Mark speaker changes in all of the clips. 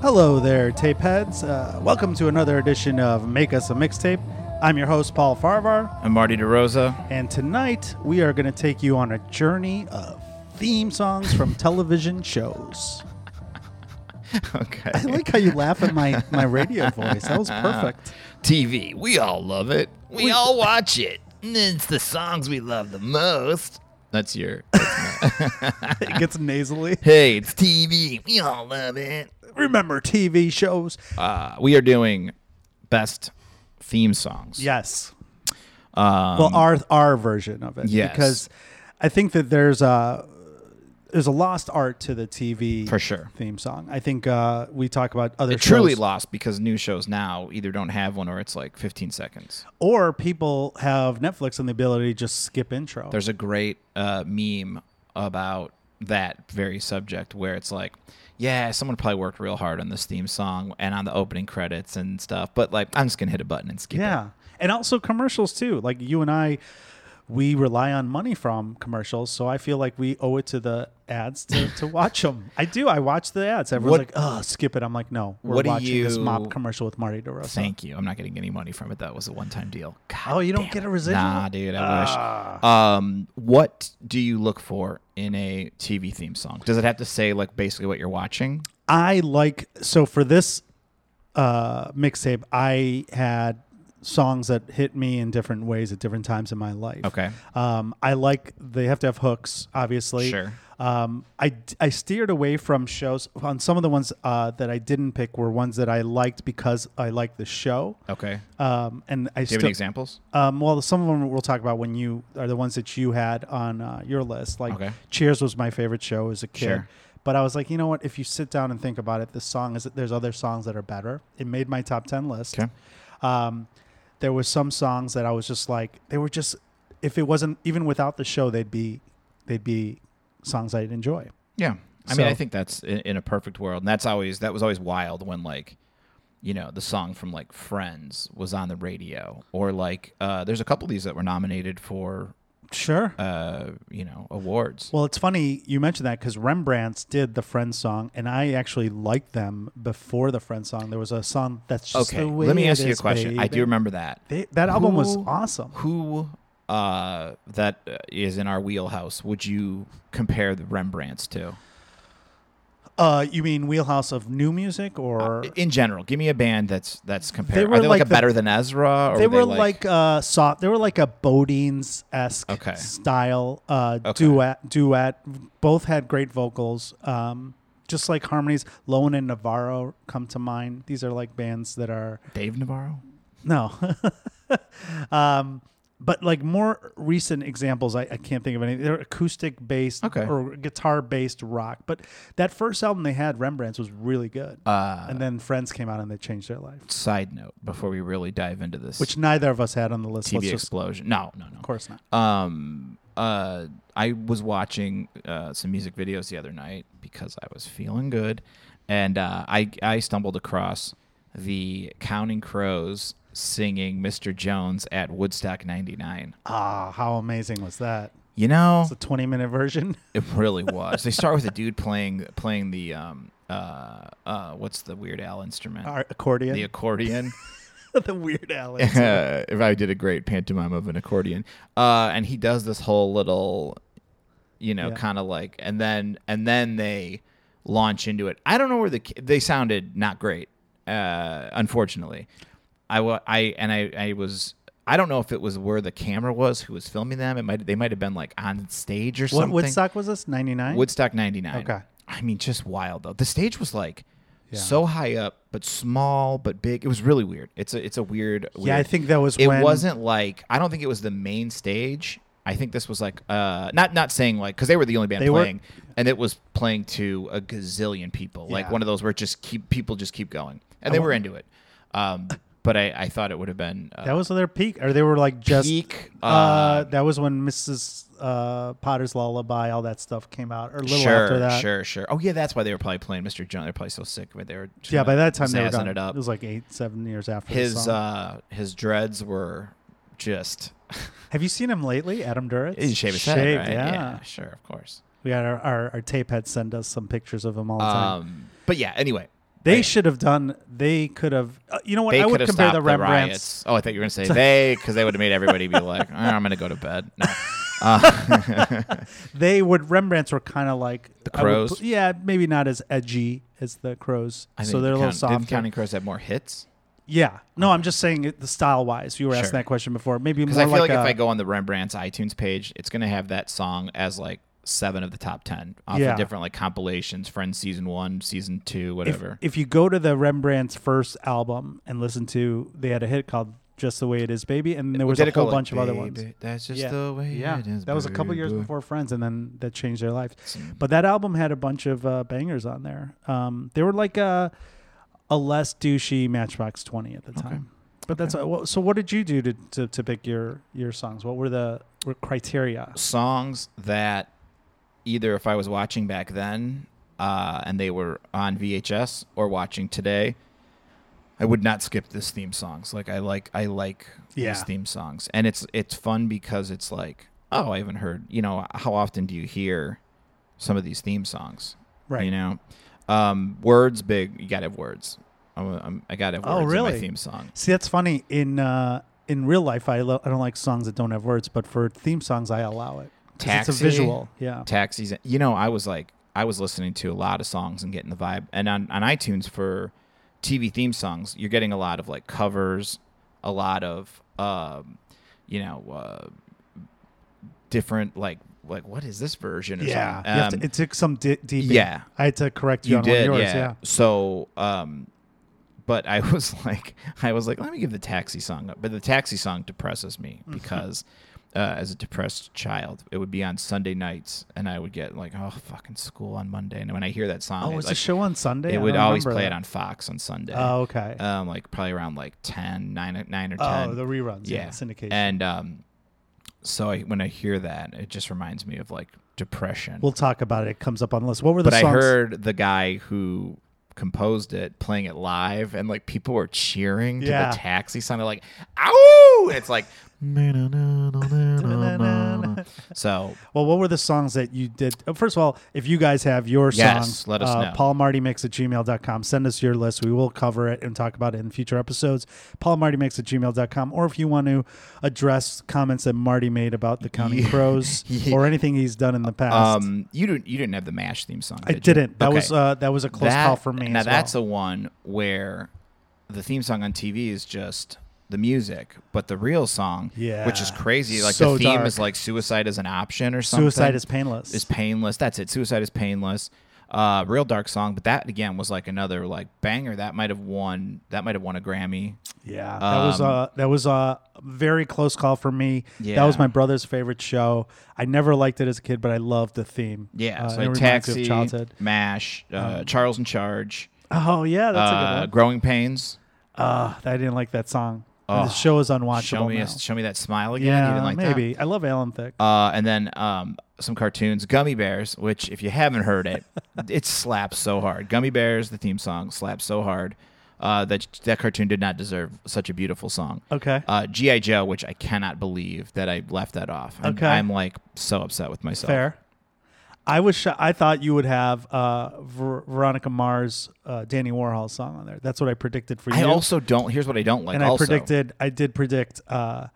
Speaker 1: Hello there, tape heads. Uh, welcome to another edition of Make Us a Mixtape. I'm your host, Paul Farvar,
Speaker 2: I'm Marty DeRosa.
Speaker 1: and tonight we are going to take you on a journey of theme songs from television shows.
Speaker 2: Okay.
Speaker 1: I like how you laugh at my, my radio voice. That was perfect.
Speaker 2: TV. We all love it. We, all watch it. And it's the songs we love the most. That's your.
Speaker 1: It gets nasally.
Speaker 2: hey, it's TV. We all love it.
Speaker 1: Remember TV shows?
Speaker 2: Uh, we are doing best theme songs.
Speaker 1: Yes.
Speaker 2: Um,
Speaker 1: well our our version of it
Speaker 2: Yes.
Speaker 1: because i think that there's a there's a lost art to the tv
Speaker 2: For sure.
Speaker 1: theme song i think uh we talk about other
Speaker 2: it truly
Speaker 1: shows,
Speaker 2: lost because new shows now either don't have one or it's like 15 seconds.
Speaker 1: or people have netflix and the ability to just skip intro
Speaker 2: There's a great uh, meme about that very subject where it's like, yeah, someone probably worked real hard on this theme song and on the opening credits and stuff, but like, I'm just gonna hit a button and skip it.
Speaker 1: yeah and also commercials too like you and i we rely on money from commercials so i feel like we owe it to the ads to, to watch them i do i watch the ads everyone's like
Speaker 2: What-
Speaker 1: oh skip it i'm like no we're
Speaker 2: What do
Speaker 1: watching this
Speaker 2: you-
Speaker 1: mop commercial with marty derosa
Speaker 2: Thank you. I'm not getting any money from it. That was a one-time deal. God
Speaker 1: oh you don't
Speaker 2: damn
Speaker 1: get a
Speaker 2: it.
Speaker 1: residual Ah.
Speaker 2: Nah, dude. I wish. Um, what do you look for in a TV theme song? Does it have to say like basically what you're watching?
Speaker 1: I like so for this uh, mixtape, I had songs that hit me in different ways at different times in my life.
Speaker 2: Okay.
Speaker 1: Um, I like they have to have hooks, obviously.
Speaker 2: Sure.
Speaker 1: Um, I I steered away from shows. On some of the ones uh, that I didn't pick were ones that I liked because I liked the show.
Speaker 2: Okay.
Speaker 1: Um, and I
Speaker 2: Do you have
Speaker 1: still-
Speaker 2: any examples?
Speaker 1: um, well, some of them we'll talk about when you are the ones that you had on uh, your list. Like
Speaker 2: Okay.
Speaker 1: Cheers was my favorite show as a kid,
Speaker 2: Sure.
Speaker 1: but I was like, you know what? If you sit down and think about it, this song is there's other songs that are better. It made my top ten list.
Speaker 2: Okay.
Speaker 1: Um, there was some songs that I was just like, they were just if it wasn't even without the show, they'd be they'd be songs I'd enjoy.
Speaker 2: Yeah. I mean,
Speaker 1: So-
Speaker 2: I think that's in, in a perfect world. And that's always, that was always wild when like, you know, the song from like Friends was on the radio or like, uh, there's a couple of these that were nominated for,
Speaker 1: Sure.
Speaker 2: uh, you know, awards.
Speaker 1: Well, it's funny you mentioned that because Rembrandts did the Friends song, and I actually liked them before the Friends song. There was a song that's just
Speaker 2: okay.
Speaker 1: The way
Speaker 2: Let me
Speaker 1: it
Speaker 2: ask you a
Speaker 1: is,
Speaker 2: question. I
Speaker 1: baby.
Speaker 2: do remember that.
Speaker 1: They, that album was
Speaker 2: Who-
Speaker 1: awesome.
Speaker 2: Who, uh, that uh, is in our wheelhouse would you compare the Rembrandts to?
Speaker 1: Uh, you mean Wheelhouse of New Music, or
Speaker 2: In general, give me a band that's, that's compared.
Speaker 1: were
Speaker 2: Are they like,
Speaker 1: like
Speaker 2: a
Speaker 1: the-
Speaker 2: better than Ezra? Or
Speaker 1: they were like, uh, soft. They were like a Bodines esque
Speaker 2: Okay.
Speaker 1: style uh,
Speaker 2: Okay.
Speaker 1: duet. Duet. Both had great vocals. Um, just like harmonies, Lone and Navarro come to mind. These are like bands that are
Speaker 2: Dave Navarro?
Speaker 1: No. um, but like more recent examples, I, I can't think of any. They're acoustic based
Speaker 2: Okay.
Speaker 1: or guitar based rock. But that first album they had, Rembrandts, was really good.
Speaker 2: Uh,
Speaker 1: and then Friends came out and they changed their life,
Speaker 2: side note before we really dive into this
Speaker 1: which neither of us had on the list.
Speaker 2: TV
Speaker 1: Let's just,
Speaker 2: explosion. No, no,
Speaker 1: of
Speaker 2: no.
Speaker 1: course not.
Speaker 2: Um, uh, I was watching uh, some music videos the other night because I was feeling good, and uh, I I stumbled across the Counting Crows singing Mr. Jones at Woodstock '99.
Speaker 1: Ah, how amazing was that?
Speaker 2: You know,
Speaker 1: It's a 20 minute version.
Speaker 2: it really was. they start with a dude playing playing the um uh uh what's the Weird Al instrument?
Speaker 1: Our accordion.
Speaker 2: The accordion.
Speaker 1: The, Weird Alex.
Speaker 2: Uh, if I did a great pantomime of an accordion. Uh, and he does this whole little, you know,
Speaker 1: Yeah.
Speaker 2: kind of like, and then and then they launch into it. I don't know where the ki- they sounded not great, uh, unfortunately. I wa- I and I I was. I don't know if it was where the camera was who was filming them. It might they might have been like on stage or
Speaker 1: what
Speaker 2: something.
Speaker 1: Woodstock was this? 99?
Speaker 2: Woodstock 99.
Speaker 1: Okay.
Speaker 2: I mean, just wild though. The stage was like
Speaker 1: Yeah.
Speaker 2: so high up, but small, but big. It was really weird. It's a it's a weird.
Speaker 1: yeah, I
Speaker 2: weird-
Speaker 1: think that was
Speaker 2: it
Speaker 1: when.
Speaker 2: wasn't like I don't think it was the main stage. I think this was like uh not not saying like because they were the only band
Speaker 1: They were-
Speaker 2: playing, and it was playing to a gazillion people.
Speaker 1: Yeah.
Speaker 2: Like one of those where it just keep people just keep going, and they were into it. Um, but I I thought it would have been uh,
Speaker 1: That was their peak, or they were like just
Speaker 2: peak. um,
Speaker 1: Uh, that was when Mrs. Uh, Potter's Lullaby, all that stuff came out, or a little
Speaker 2: sure,
Speaker 1: after that.
Speaker 2: sure, sure. Oh yeah, that's why they were probably playing Mr. Jones. They're probably so sick, but they were
Speaker 1: Yeah, by that time they were
Speaker 2: jazzing
Speaker 1: done.
Speaker 2: it
Speaker 1: It,
Speaker 2: up.
Speaker 1: was like eight, seven years after. the
Speaker 2: his
Speaker 1: song.
Speaker 2: uh his dreads were just
Speaker 1: Have you seen him lately, Adam Duritz?
Speaker 2: he shaved his head, right?
Speaker 1: Yeah.
Speaker 2: sure, of course.
Speaker 1: we had our, our our tape head send us some pictures of him all the time.
Speaker 2: Um, but yeah, anyway,
Speaker 1: They should have done. They could have. uh, you know what?
Speaker 2: They
Speaker 1: I
Speaker 2: could
Speaker 1: would
Speaker 2: have
Speaker 1: compare
Speaker 2: stopped
Speaker 1: the
Speaker 2: the,
Speaker 1: Rembrandts.
Speaker 2: riots. Oh, I thought you were going to say they, because they would have made everybody be like, "Oh, "I'm going to go to bed." No. Uh,
Speaker 1: They would. Rembrandts were kind of like the
Speaker 2: Crows?
Speaker 1: yeah, maybe not as edgy as the crows.
Speaker 2: I
Speaker 1: so
Speaker 2: think
Speaker 1: they're a
Speaker 2: the
Speaker 1: little
Speaker 2: Count-
Speaker 1: softer.
Speaker 2: Didn't Counting Crows have more hits?
Speaker 1: yeah. No, I'm just saying it, the style wise. You were asking
Speaker 2: Sure.
Speaker 1: that question before. Maybe
Speaker 2: Because
Speaker 1: more
Speaker 2: I feel like, if
Speaker 1: a-
Speaker 2: I go on the Rembrandt's iTunes page, it's going to have that song as like seven of the top ten off
Speaker 1: Yeah.
Speaker 2: of different like compilations, Friends season one, season two,
Speaker 1: if,
Speaker 2: whatever.
Speaker 1: if you go to the Rembrandt's first album and listen to, they had a hit called "Just the Way It Is, Baby," and there was a
Speaker 2: Did it go
Speaker 1: whole
Speaker 2: like,
Speaker 1: bunch of other ones.
Speaker 2: "Baby, That's just
Speaker 1: Yeah.
Speaker 2: the way
Speaker 1: Yeah,
Speaker 2: it is.
Speaker 1: that was a couple
Speaker 2: baby
Speaker 1: years
Speaker 2: boy."
Speaker 1: before Friends, and then that changed their lives. But that album had a bunch of uh, bangers on there. Um, they were like a, a less douchey Matchbox Twenty at the time. But that's well, so. What did you do to, to, to pick your your songs? What were the were criteria?
Speaker 2: songs that either if I was watching back then uh, and they were on VHS or watching today, I would not skip this theme songs. Like I like I like
Speaker 1: Yeah.
Speaker 2: these theme songs, and it's it's fun because it's like oh I haven't heard you know how often do you hear some of these theme songs
Speaker 1: Right.
Speaker 2: you know um, words big you gotta have words I'm, I'm, I gotta have
Speaker 1: Oh,
Speaker 2: words in
Speaker 1: really?
Speaker 2: my theme song
Speaker 1: See, that's funny. In uh, in real life, I lo- I don't like songs that don't have words, but for theme songs, I allow it. 'Cause It's a
Speaker 2: Taxi?
Speaker 1: visual. Yeah.
Speaker 2: taxis. You know, I was like, I was listening to a lot of songs and getting the vibe. And on, on iTunes for TV theme songs, you're getting a lot of like covers, a lot of, um, you know, uh, different like like what is this version? Or
Speaker 1: Yeah.
Speaker 2: something.
Speaker 1: You have to-
Speaker 2: Um,
Speaker 1: it took some di- deep.
Speaker 2: yeah.
Speaker 1: I had to correct you,
Speaker 2: you
Speaker 1: on
Speaker 2: did,
Speaker 1: one of yours.
Speaker 2: yeah.
Speaker 1: Yeah.
Speaker 2: So, um, but I was like, I was like, let me give the taxi song up. But the taxi song depresses me
Speaker 1: Mm-hmm.
Speaker 2: because, uh, as a depressed child, it would be on Sunday nights, and I would get like, oh, fucking school on Monday. And when I hear that song,
Speaker 1: Oh,
Speaker 2: it,
Speaker 1: was the
Speaker 2: like,
Speaker 1: show on Sunday? I
Speaker 2: it would
Speaker 1: don't
Speaker 2: always
Speaker 1: remember
Speaker 2: play it
Speaker 1: that.
Speaker 2: on Fox on Sunday.
Speaker 1: Oh, okay.
Speaker 2: um, like probably around like 10, 9, 9 or ten.
Speaker 1: oh, the reruns. Yeah. syndication.
Speaker 2: And um, so I, when I hear that, it just reminds me of like depression
Speaker 1: we'll talk about it. It comes up on the list. What were the
Speaker 2: but
Speaker 1: songs?
Speaker 2: I heard the guy who composed it playing it live, and like people were cheering to
Speaker 1: Yeah.
Speaker 2: the taxi sound. They're like, "Ow!" And it's like, so
Speaker 1: Well, what were the songs that you did? uh, First of all, if you guys have your
Speaker 2: Yes,
Speaker 1: songs,
Speaker 2: let us
Speaker 1: uh,
Speaker 2: know.
Speaker 1: paulmartymix at gmail.com. Send us your list. We will cover it and talk about it in future episodes. paulmartymix at gmail.com. Or if you want to address comments that Marty made about the Counting
Speaker 2: Yeah.
Speaker 1: Crows
Speaker 2: Yeah.
Speaker 1: or anything he's done in the past.
Speaker 2: um, you didn't you didn't have the Mash theme song.
Speaker 1: I
Speaker 2: did you?
Speaker 1: didn't. That
Speaker 2: Okay.
Speaker 1: was uh, that was a close
Speaker 2: That-
Speaker 1: call for me.
Speaker 2: Now
Speaker 1: as
Speaker 2: that's
Speaker 1: well.
Speaker 2: a one where the theme song on TV is just the music, but the real song,
Speaker 1: Yeah.
Speaker 2: which is crazy. Like
Speaker 1: So
Speaker 2: the theme
Speaker 1: dark.
Speaker 2: is like suicide is an option or something.
Speaker 1: suicide is painless.
Speaker 2: is painless. That's it. Suicide is painless. Uh, real dark song, but that again was like another like banger. That might have won. That might have won a Grammy.
Speaker 1: Yeah, that was a that was a very close call for me. That
Speaker 2: Um, Yeah.
Speaker 1: was my brother's favorite show. I never liked it as a kid, but I loved the theme.
Speaker 2: Yeah,
Speaker 1: Uh,
Speaker 2: so
Speaker 1: it
Speaker 2: like
Speaker 1: reminds me of
Speaker 2: Taxi,
Speaker 1: childhood.
Speaker 2: Mash, uh, Charles in Charge,
Speaker 1: Oh yeah, that's a good
Speaker 2: uh,
Speaker 1: one.
Speaker 2: Growing Pains.
Speaker 1: Uh, I didn't like that song.
Speaker 2: Oh,
Speaker 1: the show is unwatchable
Speaker 2: Show me,
Speaker 1: now.
Speaker 2: a- show me that smile again. you
Speaker 1: yeah,
Speaker 2: didn't like that?
Speaker 1: maybe. I love Alan Thicke.
Speaker 2: Uh, and then um, some cartoons, Gummy Bears, which if you haven't heard it, it slaps so hard. Gummy Bears, the theme song, slaps so hard. Uh, that that cartoon did not deserve such a beautiful song.
Speaker 1: okay.
Speaker 2: uh, GI Joe, which I cannot believe that I left that off. I'm,
Speaker 1: Okay.
Speaker 2: I'm like so upset with myself.
Speaker 1: Fair. I was sho I thought you would have uh, Ver- Veronica Mars, uh, Danny Warhol song on there. That's what I predicted for you.
Speaker 2: I also don't. Here's what I don't like.
Speaker 1: and I
Speaker 2: also,
Speaker 1: predicted I did predict uh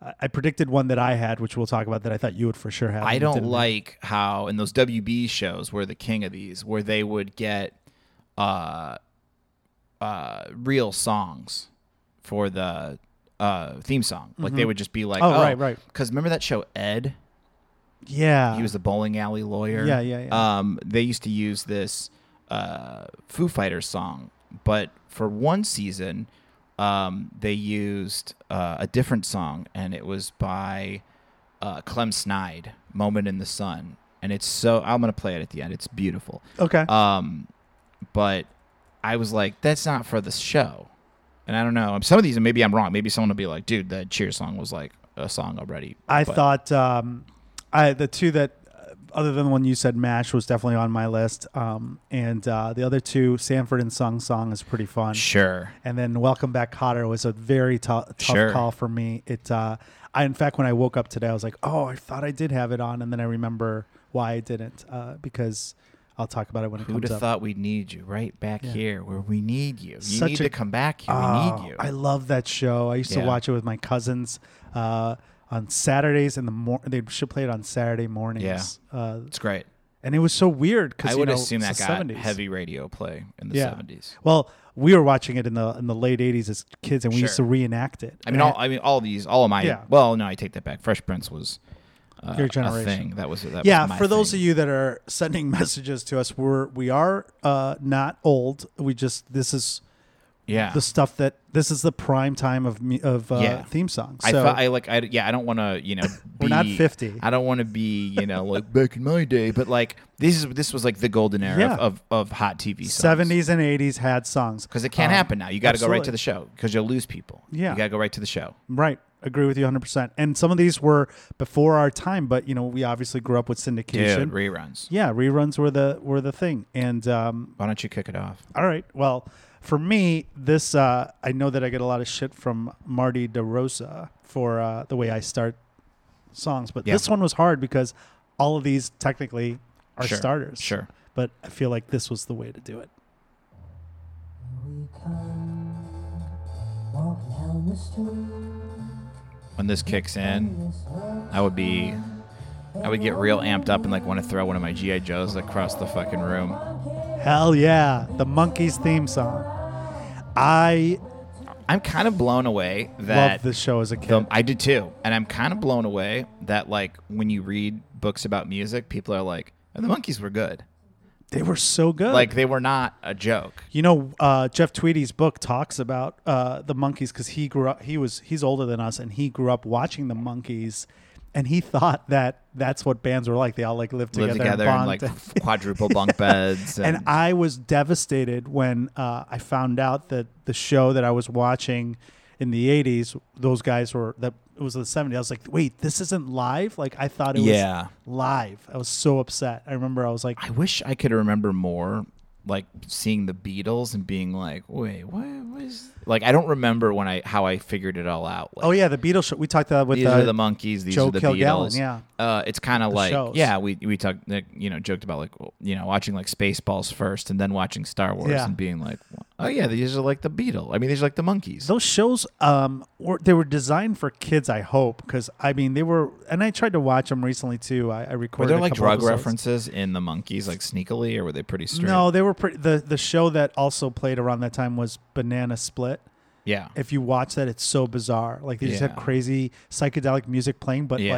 Speaker 1: I- I predicted one that I had, which we'll talk about that I thought you would for sure have. and
Speaker 2: I
Speaker 1: you
Speaker 2: don't
Speaker 1: didn't.
Speaker 2: like how in those WB shows were the king of these, where they would get uh, uh, real songs for the uh, theme song. Like they would just be like,
Speaker 1: Oh, right, right.
Speaker 2: Because remember that show Ed?
Speaker 1: Yeah.
Speaker 2: He was the bowling alley lawyer.
Speaker 1: Yeah, yeah, yeah.
Speaker 2: Um, they used to use this uh, Foo Fighters song, but for one season, um, they used uh, a different song, and it was by uh, Clem Snide, "Moment in the Sun," and it's so I'm gonna play it at the end. It's beautiful.
Speaker 1: okay.
Speaker 2: Um, but I was like, that's not for the show. And I don't know. Some of these, and maybe I'm wrong. Maybe someone will be like, dude, that cheer song was like a song already.
Speaker 1: I
Speaker 2: but-
Speaker 1: thought um I the two that uh, other than the one you said Mash was definitely on my list. Um and uh the other two Sanford and Sung song is pretty fun.
Speaker 2: Sure.
Speaker 1: And then Welcome Back Cotter was a very tou- tough
Speaker 2: Sure.
Speaker 1: call for me. It uh I in fact when I woke up today I was like, "Oh, I thought I did have it on." And then I remember why I didn't uh because I'll talk about it when it
Speaker 2: Who'd
Speaker 1: comes
Speaker 2: have
Speaker 1: up.
Speaker 2: thought we'd need you right back here where we need you? You
Speaker 1: Such
Speaker 2: need
Speaker 1: a-
Speaker 2: to come back here.
Speaker 1: Oh,
Speaker 2: we need you.
Speaker 1: I love that show. I used to
Speaker 2: Yeah.
Speaker 1: watch it with my cousins uh, on Saturdays in the morning. They should play it on Saturday mornings. Yeah. Uh,
Speaker 2: it's great.
Speaker 1: and it was so weird because
Speaker 2: I would
Speaker 1: you know,
Speaker 2: assume that
Speaker 1: it's the
Speaker 2: got
Speaker 1: 70s.
Speaker 2: heavy radio play in the
Speaker 1: Yeah.
Speaker 2: 70s.
Speaker 1: Well, we were watching it in the in the late '80s as kids, and we used to
Speaker 2: Sure.
Speaker 1: reenact it.
Speaker 2: I mean,
Speaker 1: And
Speaker 2: all I mean, all these, all of my.
Speaker 1: Yeah.
Speaker 2: Well, no, I take that back. Fresh Prince was uh,
Speaker 1: Your
Speaker 2: a
Speaker 1: generation.
Speaker 2: thing. That was that.
Speaker 1: yeah.
Speaker 2: was my
Speaker 1: For those
Speaker 2: thing.
Speaker 1: of you that are sending messages to us, we're we are uh, not old. We just this is
Speaker 2: yeah,
Speaker 1: the stuff that this is the prime time of mu- of uh,
Speaker 2: Yeah.
Speaker 1: theme songs. So
Speaker 2: I thought I like I yeah I don't want to you know
Speaker 1: We're not
Speaker 2: be-
Speaker 1: 50.
Speaker 2: I don't want to be you know like back in my day, but like this is this was like the golden era
Speaker 1: Yeah.
Speaker 2: of, of of hot TV
Speaker 1: '70s and '80s had songs
Speaker 2: because it can't
Speaker 1: Um,
Speaker 2: happen now. You got to go right to
Speaker 1: absolutely.
Speaker 2: the show because you'll lose people.
Speaker 1: Yeah.
Speaker 2: you got to go right to the show.
Speaker 1: Right. Agree with you 100%. And some of these were before our time, but you know, we obviously grew up with syndication.
Speaker 2: Dude, reruns.
Speaker 1: yeah, reruns were the were the thing. And um
Speaker 2: Why don't you kick it off?
Speaker 1: all right. Well, for me, this uh I know that I get a lot of shit from Marty DeRosa for uh the way I start songs, but
Speaker 2: Yeah.
Speaker 1: this one was hard because all of these technically are
Speaker 2: Sure,
Speaker 1: starters.
Speaker 2: sure.
Speaker 1: But I feel like this was the way to do it.
Speaker 3: We come walking down the street.
Speaker 2: When this kicks in,
Speaker 3: This love
Speaker 2: I would be. I would get real amped up and like want to throw one of my GI Joes across the fucking room.
Speaker 1: Hell yeah. The Monkeys theme song. I
Speaker 2: I'm kind of blown away that
Speaker 1: loved this show as a kid.
Speaker 2: the, I did too, and I'm kind of blown away that like when you read books about music, people are like, "Oh, "The monkeys were good."
Speaker 1: they were so good.
Speaker 2: Like they were not a joke.
Speaker 1: You know, uh, Jeff Tweedy's book talks about uh, the monkeys because he grew up. He was he's older than us, and he grew up watching the monkeys, and he thought that that's what bands were like. They all like lived together,
Speaker 2: Lived together
Speaker 1: and
Speaker 2: in
Speaker 1: bonded.
Speaker 2: like quadruple bunk beds, and,
Speaker 1: and I was devastated when uh, I found out that the show that I was watching in the '80s, those guys were that it was the '70s. I was like, wait, this isn't live. Like I thought it
Speaker 2: Yeah.
Speaker 1: was live. I was so upset. I remember I was like,
Speaker 2: I wish I could remember more, like seeing the Beatles and being like, "Wait, what was?" Like I don't remember when I how I figured it all out. Like,
Speaker 1: oh yeah, the Beatles. Show. We talked about with
Speaker 2: these
Speaker 1: the,
Speaker 2: are the monkeys. These
Speaker 1: Joe
Speaker 2: are the
Speaker 1: Kilgallen,
Speaker 2: Beatles.
Speaker 1: yeah.
Speaker 2: uh, it's kind of like
Speaker 1: shows.
Speaker 2: yeah, we we talked like, you know joked about like well, you know watching like Spaceballs first and then watching Star Wars
Speaker 1: Yeah.
Speaker 2: and being like oh yeah these are like the Beatles. I mean these are like the monkeys.
Speaker 1: those shows um were they were designed for kids i hope because i mean they were and i tried to watch them recently too i, I
Speaker 2: were
Speaker 1: recorded
Speaker 2: there
Speaker 1: a
Speaker 2: like
Speaker 1: couple
Speaker 2: drug
Speaker 1: episodes.
Speaker 2: references in the monkeys like sneakily or were they pretty straight?
Speaker 1: no they were pretty the the show that also played around that time was banana split
Speaker 2: Yeah.
Speaker 1: if you watch that it's so bizarre like they just
Speaker 2: Yeah.
Speaker 1: have crazy psychedelic music playing but
Speaker 2: Yeah.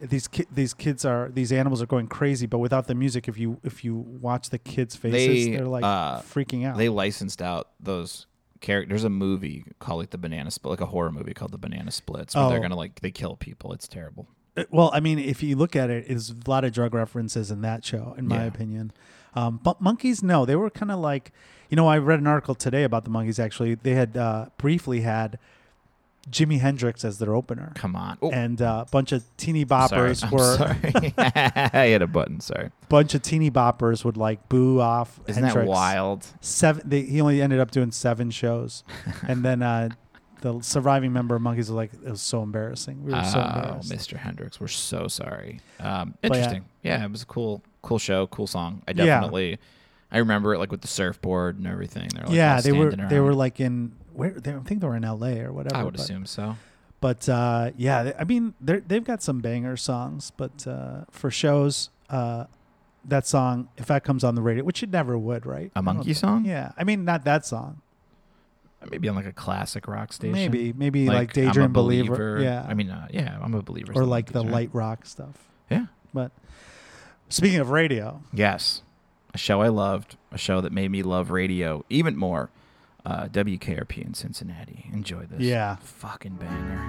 Speaker 1: like these ki- these kids are these animals are going crazy but without the music if you if you watch the kids faces
Speaker 2: They,
Speaker 1: they, are like
Speaker 2: uh,
Speaker 1: freaking out
Speaker 2: they licensed out those characters. There's a movie called like the Banana Split, like a horror movie called the Banana Splits, where they're
Speaker 1: Oh.
Speaker 2: gonna like they kill people. It's terrible.
Speaker 1: Uh, Well, I mean, if you look at it, there's a lot of drug references in that show, in my
Speaker 2: Yeah.
Speaker 1: opinion. Um, but monkeys, no, they were kind of like, you know, I read an article today about the monkeys. Actually, they had uh, briefly had Jimi Hendrix as their opener,
Speaker 2: Come on. Oh,
Speaker 1: and uh, a bunch of teeny
Speaker 2: sorry.
Speaker 1: boppers
Speaker 2: I'm
Speaker 1: were
Speaker 2: sorry. I hit a button. Sorry.
Speaker 1: bunch of teeny boppers would like boo off.
Speaker 2: Isn't that
Speaker 1: Hendrix.
Speaker 2: wild?
Speaker 1: Seven. They, he only ended up doing seven shows, and then uh, the surviving member of monkeys was like, it was so embarrassing. We were so
Speaker 2: Oh,
Speaker 1: embarrassed.
Speaker 2: Mr. Hendrix, we're so sorry. Um,
Speaker 1: yeah.
Speaker 2: interesting. Yeah. it was a cool, cool show, cool song. I
Speaker 1: Yeah.
Speaker 2: definitely, I remember it like with the surfboard and everything. They're like,
Speaker 1: yeah,
Speaker 2: all
Speaker 1: they were
Speaker 2: standing
Speaker 1: they
Speaker 2: around.
Speaker 1: were like in where they, I think they were in L.A. or whatever.
Speaker 2: I would
Speaker 1: but,
Speaker 2: assume so.
Speaker 1: but uh, yeah, they- I mean they they've got some banger songs, but uh, for shows, uh, that song if that comes on the radio, which it never would, right? I
Speaker 2: A
Speaker 1: don't
Speaker 2: monkey
Speaker 1: think-
Speaker 2: song?
Speaker 1: Yeah, I mean not that song.
Speaker 2: Maybe on like a classic rock station.
Speaker 1: Maybe maybe like,
Speaker 2: I'm a
Speaker 1: Daydream believer. Yeah,
Speaker 2: I mean, uh, yeah, I'm a believer.
Speaker 1: or
Speaker 2: so
Speaker 1: like the
Speaker 2: monkeys, right?
Speaker 1: light rock stuff.
Speaker 2: Yeah.
Speaker 1: But speaking of radio,
Speaker 2: Yes, a show I loved, a show that made me love radio even more. Uh, WKRP in Cincinnati. Enjoy this.
Speaker 1: Yeah.
Speaker 2: Fucking banger.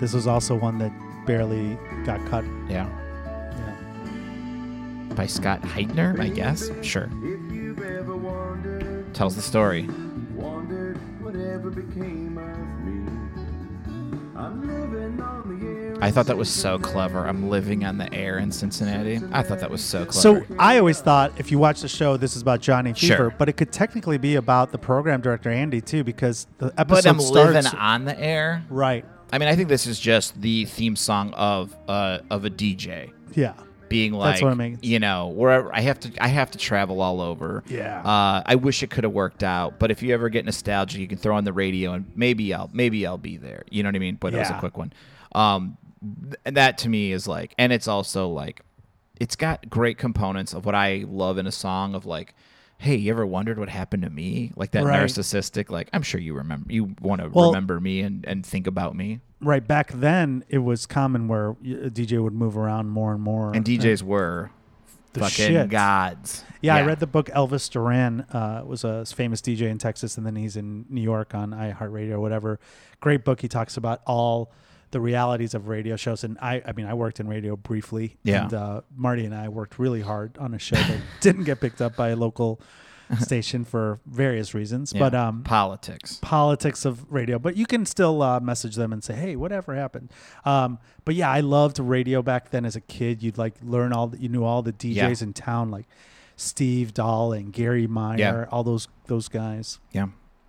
Speaker 1: this was also one that barely got cut.
Speaker 2: Yeah.
Speaker 1: Yeah.
Speaker 2: by Scott Heidner, I guess. Sure. Tells the story.
Speaker 4: wondered whatever became of me. I'm living on the air.
Speaker 2: I thought that was so clever. I'm living on the air in Cincinnati. I thought that was so
Speaker 1: So
Speaker 2: clever.
Speaker 1: I always thought if you watch the show, this is about Johnny Fever,
Speaker 2: Sure.
Speaker 1: but it could technically be about the program director Andy too, because the episode
Speaker 2: but I'm living
Speaker 1: starts
Speaker 2: on the air.
Speaker 1: right.
Speaker 2: I mean, I think this is just the theme song of uh, of a DJ.
Speaker 1: Yeah,
Speaker 2: being like,
Speaker 1: That's what I mean.
Speaker 2: you know, wherever I have to, I have to travel all over.
Speaker 1: Yeah.
Speaker 2: Uh, I wish it could have worked out, but if you ever get nostalgia, you can throw on the radio and maybe I'll, maybe I'll be there. You know what I mean? But it was a
Speaker 1: Yeah.
Speaker 2: quick one. Um, th- that to me is like, and it's also like, it's got great components of what I love in a song of like, hey, you ever wondered what happened to me? Like that
Speaker 1: Right.
Speaker 2: narcissistic, like I'm sure you remember, you want to
Speaker 1: Well-
Speaker 2: remember me and and think about me.
Speaker 1: right back then it was common where y- a DJ would move around more and more.
Speaker 2: And DJs were
Speaker 1: Uh, The
Speaker 2: fucking
Speaker 1: shit.
Speaker 2: gods.
Speaker 1: Yeah, I read the book. Elvis Duran uh, was a famous DJ in Texas, and then he's in New York on iHeartRadio or whatever. Great book. He talks about all the realities of radio shows, and I, I mean, I worked in radio briefly.
Speaker 2: Yeah.
Speaker 1: And uh, Marty and I worked really hard on a show that didn't get picked up by a local station for various reasons,
Speaker 2: Yeah.
Speaker 1: but um,
Speaker 2: politics.
Speaker 1: politics of radio, but you can still uh, message them and say, "Hey, whatever happened." Um, but yeah, I loved radio back then as a kid. You'd like learn all the, you knew all the DJs
Speaker 2: Yeah.
Speaker 1: in town, like Steve Dahl and Gary Meyer,
Speaker 2: Yeah.
Speaker 1: all those those guys.
Speaker 2: Yeah,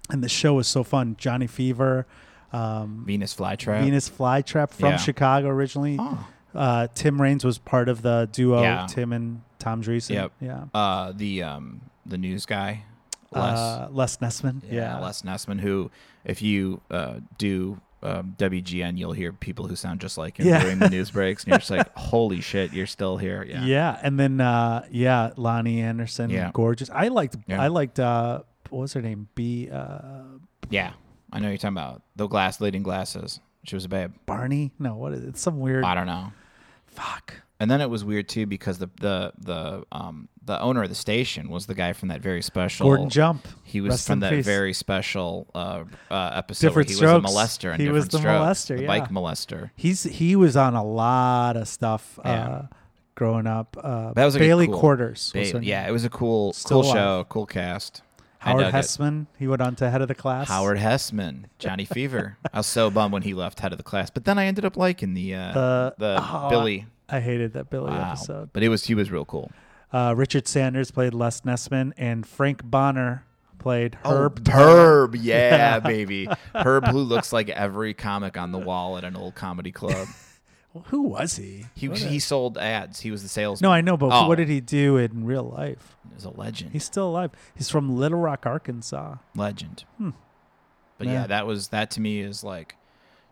Speaker 1: And the show was so fun. Johnny Fever, um,
Speaker 2: Venus flytrap.
Speaker 1: Venus Flytrap from
Speaker 2: Yeah.
Speaker 1: Chicago originally.
Speaker 2: Oh.
Speaker 1: Uh, Tim Raines was part of the duo.
Speaker 2: Yeah.
Speaker 1: Tim and Tom Dreesen.
Speaker 2: Yep.
Speaker 1: Yeah.
Speaker 2: Uh, the um the news guy, Les.
Speaker 1: Uh, Les Nessman.
Speaker 2: yeah, Les Nessman. Who, if you uh do. Um, WGN, you'll hear people who sound just like him
Speaker 1: Yeah.
Speaker 2: during the news breaks, and you're just like, "Holy shit, you're still here!" Yeah,
Speaker 1: Yeah. and then uh, yeah, Lonnie Anderson,
Speaker 2: Yeah.
Speaker 1: gorgeous. I liked
Speaker 2: Yeah.
Speaker 1: I liked uh, what was her name? B uh,
Speaker 2: Yeah. I know you're talking about the glass lady in glasses. She was a babe.
Speaker 1: Barney? No, what is it? It's some weird
Speaker 2: I don't know.
Speaker 1: fuck.
Speaker 2: And then it was weird too because the the the um the owner of the station was the guy from that very special
Speaker 1: Gordon Jump.
Speaker 2: He was
Speaker 1: Rest
Speaker 2: from
Speaker 1: in
Speaker 2: that
Speaker 1: peace.
Speaker 2: very special uh, uh episode
Speaker 1: Different
Speaker 2: where he
Speaker 1: Strokes.
Speaker 2: was a molester and
Speaker 1: He was
Speaker 2: different
Speaker 1: the
Speaker 2: strokes,
Speaker 1: molester,
Speaker 2: the
Speaker 1: yeah.
Speaker 2: bike molester.
Speaker 1: He's he was on a lot of stuff
Speaker 2: Yeah.
Speaker 1: uh, growing up. Uh,
Speaker 2: That was like a
Speaker 1: Bailey
Speaker 2: cool-
Speaker 1: Quarters. was
Speaker 2: Ba-
Speaker 1: her name.
Speaker 2: yeah, it was a cool
Speaker 1: Still
Speaker 2: cool
Speaker 1: alive.
Speaker 2: show, cool cast. I
Speaker 1: Howard
Speaker 2: dug it.
Speaker 1: Hessman. He went on to head of the class.
Speaker 2: Howard Hessman, Johnny Fever. I was so bummed when he left head of the class, but then I ended up liking the uh,
Speaker 1: The-
Speaker 2: the,
Speaker 1: oh,
Speaker 2: Billy
Speaker 1: I hated that Billy
Speaker 2: Wow.
Speaker 1: episode.
Speaker 2: But it was he was real cool.
Speaker 1: Uh, Richard Sanders played Les Nessman, and Frank Bonner played Herb.
Speaker 2: Oh, Herb, yeah, baby. Herb, who looks like every comic on the wall at an old comedy club.
Speaker 1: Who was he?
Speaker 2: He he sold ads. He was the salesman.
Speaker 1: No, I know, but
Speaker 2: Oh.
Speaker 1: what did he do in real life?
Speaker 2: He's a legend.
Speaker 1: He's still alive. He's from Little Rock, Arkansas.
Speaker 2: legend. But
Speaker 1: Hmm. Yeah.
Speaker 2: yeah, that was that to me is like